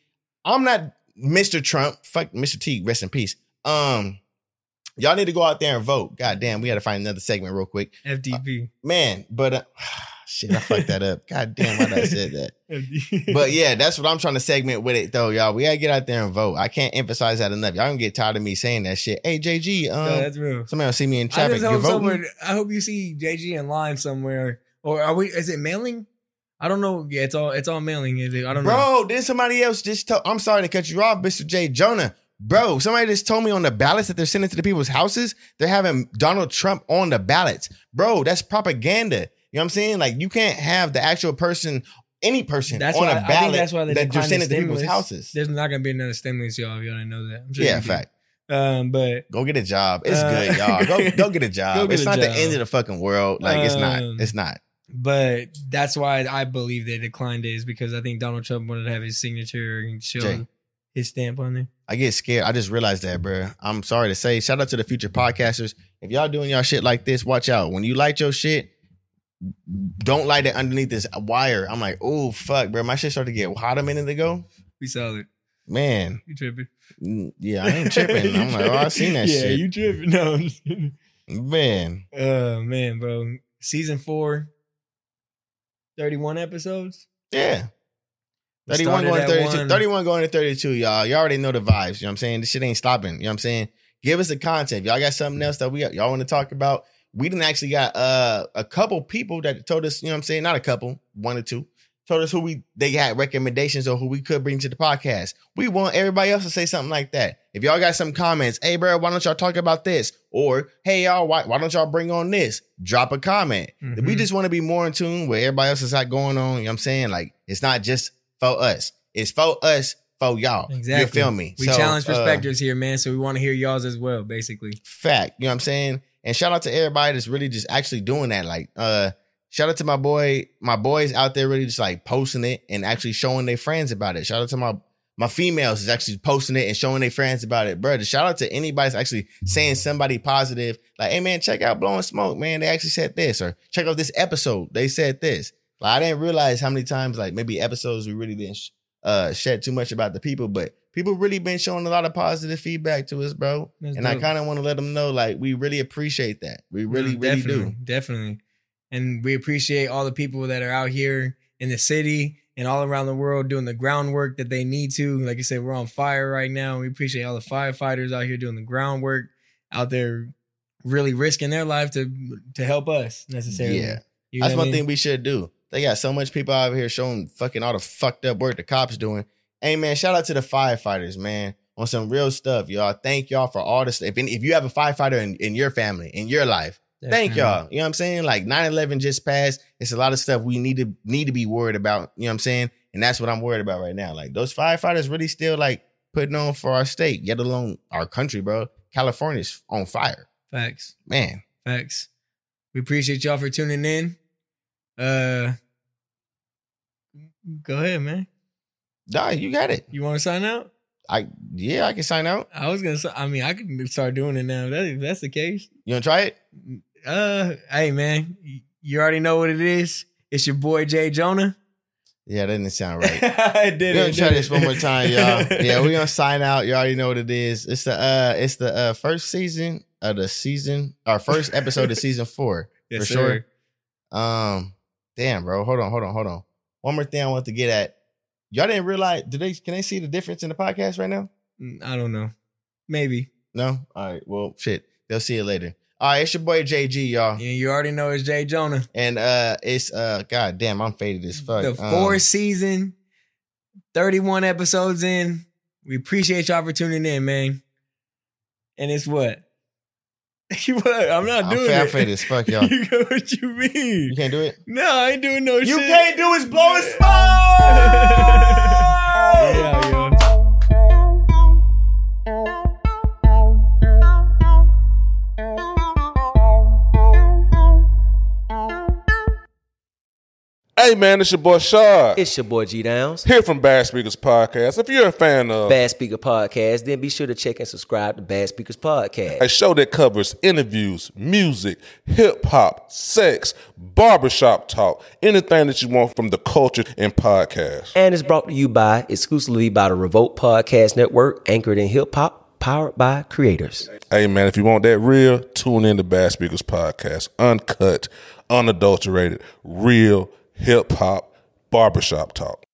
I'm not Mr. Trump. Fuck Mr. T, rest in peace. Um, y'all need to go out there and vote. God damn, we gotta find another segment real quick.
FDP.
Man, but uh, shit, I fucked that up. God damn, why did I said that? But yeah, that's what I'm trying to segment with it though, y'all. We gotta get out there and vote. I can't emphasize that enough. Y'all gonna get tired of me saying that shit. Hey JG,
No,
um,
that's real.
somebody will see me in
I
traffic.
just
You're
hope
voting.
someone. I hope you see JG in line somewhere. Or are we? Is it mailing? I don't know. Yeah, it's all. It's all mailing. Is it? I don't know.
Bro, then somebody else just told. I'm sorry to cut you off, Mr. J. Jonah. Bro, somebody just told me on the ballots that they're sending to the people's houses, they're having Donald Trump on the ballots. Bro, that's propaganda. You know what I'm saying? Like, you can't have the actual person, any person,
That's
on
why.
a
I
ballot
think that's why they
that you're
declined the
sending to people's
stimulus.
houses.
There's not gonna be another stimulus, y'all. If y'all didn't know that. I'm sure
Yeah,
you did.
fact.
Um, but
Go get a job. It's
Uh,
good, y'all. Go, go get a
Go
job.
get
It's
a
not the
job.
end of the fucking world. Like, it's not.
Um,
It's not.
but that's why I believe they declined it is because I think Donald Trump wanted to have his signature and show
Jay.
his stamp on there.
I get scared. I just realized that, bro. I'm sorry to say. Shout out to the future podcasters. If y'all doing y'all shit like this, watch out. When you light your shit, don't light it underneath this wire. I'm like, oh fuck, bro. My shit started to get hot a minute ago.
We saw it.
Man,
You tripping?
mm, yeah, I ain't tripping. I'm like, oh, I seen that
yeah,
shit.
you tripping? No, I'm just kidding.
Man,
Oh man, bro. Season four, 31 episodes.
yeah.
We
31
started
going to
at
32.
one.
31 going to 32, y'all. Y'all already know the vibes. You know what I'm saying? This shit ain't stopping. You know what I'm saying? Give us the content. If y'all got something else that we y'all want to talk about. We didn't actually got uh a couple people that told us, you know what I'm saying? Not a couple, one or two, told us who we they had recommendations or who we could bring to the podcast. We want everybody else to say something like that. If y'all got some comments, hey bro, why don't y'all talk about this? Or hey y'all, why, why don't y'all bring on this? Drop a comment. We
Mhm.
just want to be more in tune with everybody else that's got going on. You know what I'm saying? Like it's not just for us. It's for us, for y'all. You
Exactly.
feel me?
We
So,
challenge
uh,
perspectives here, man. So we want to hear y'all's as well, basically.
fact. You know what I'm saying? And shout out to everybody that's really just actually doing that. Like, uh, shout out to my boy, my boys out there really just like posting it and actually showing their friends about it. Shout out to my my females is actually posting it and showing their friends about it, brother. Shout out to anybody's actually saying somebody positive, like, "Hey man, check out Blowing Smoke, man. They actually said this, or check out this episode. They said this." Like, I didn't realize how many times, like, maybe episodes we really didn't sh- uh shed too much about the people, but people really been showing a lot of positive feedback to us, bro.
That's
and I
dope.
kind of want to let them know, like, we really appreciate that. We really,
Mm,
really
definitely,
do.
Definitely. And we appreciate all the people that are out here in the city and all around the world doing the groundwork that they need to. Like I said, we're on fire right now. We appreciate all the firefighters out here doing the groundwork, out there really risking their life to to help us necessarily.
Yeah.
You know
That's
what
one
I mean?
thing we should do. They got so much people out here showing fucking all the fucked up work the cops doing. Hey man, shout out to the firefighters, man. On some real stuff, y'all. Thank y'all for all this. If any, if you have a firefighter in, in your family, in your life, thank
Definitely.
y'all. You know what I'm saying? Like 9-11 just passed. It's a lot of stuff we need to need to be worried about. You know what I'm saying? And that's what I'm worried about right now. Like those firefighters really still like putting on for our state, yet alone our country, bro. California's on fire.
Facts.
Man,
Facts. We appreciate y'all for tuning in. Uh go ahead, man.
dog, you got it.
You wanna sign out?
I yeah, I can sign out.
I was gonna say, I mean, I could start doing it now. That, if that's the case.
You wanna try it?
Uh, hey man, y- you already know what it is. It's your boy Jay Jonah.
Yeah, that didn't sound right.
I did
We're
it,
gonna try
did
this
it.
one more time, y'all. Yeah, we're gonna sign out. You already know what it is. It's the uh it's the uh first season of the season our first episode of season four.
Yes,
for
sir.
sure. Um damn bro, hold on, hold on, hold on. One more thing I want to get at. Y'all didn't realize do they can they see the difference in the podcast right now?
Mm, I don't know. Maybe.
No? All right, well shit. They'll see it later. All right, it's your boy JG, y'all.
And you already know it's Jay Jonah.
And uh it's uh god damn, I'm faded as fuck.
The
Um,
fourth season, 31 episodes in. We appreciate y'all for tuning in, man. And it's what? what? I'm not
I'm
doing
fat- I'm
it.
faded as fuck, y'all.
you know what you mean?
You can't do it?
No, I ain't doing no shit.
do is
blow and smoke! Yeah, yo.
Hey man, it's your boy Shard.
It's your boy G Downs.
Here from Bad Speakers Podcast. If you're a fan of
Bad Speaker Podcast. Then be sure to check and subscribe to Bad Speakers Podcast.
a show that covers interviews, music, hip hop, sex, barbershop talk, anything that you want from the culture and podcast.
And it's brought to you by exclusively by the Revolt Podcast Network, anchored in hip hop, powered by creators.
Hey man, if you want that real, tune in to Bad Speakers Podcast. Uncut, unadulterated, real hip hop barbershop talk.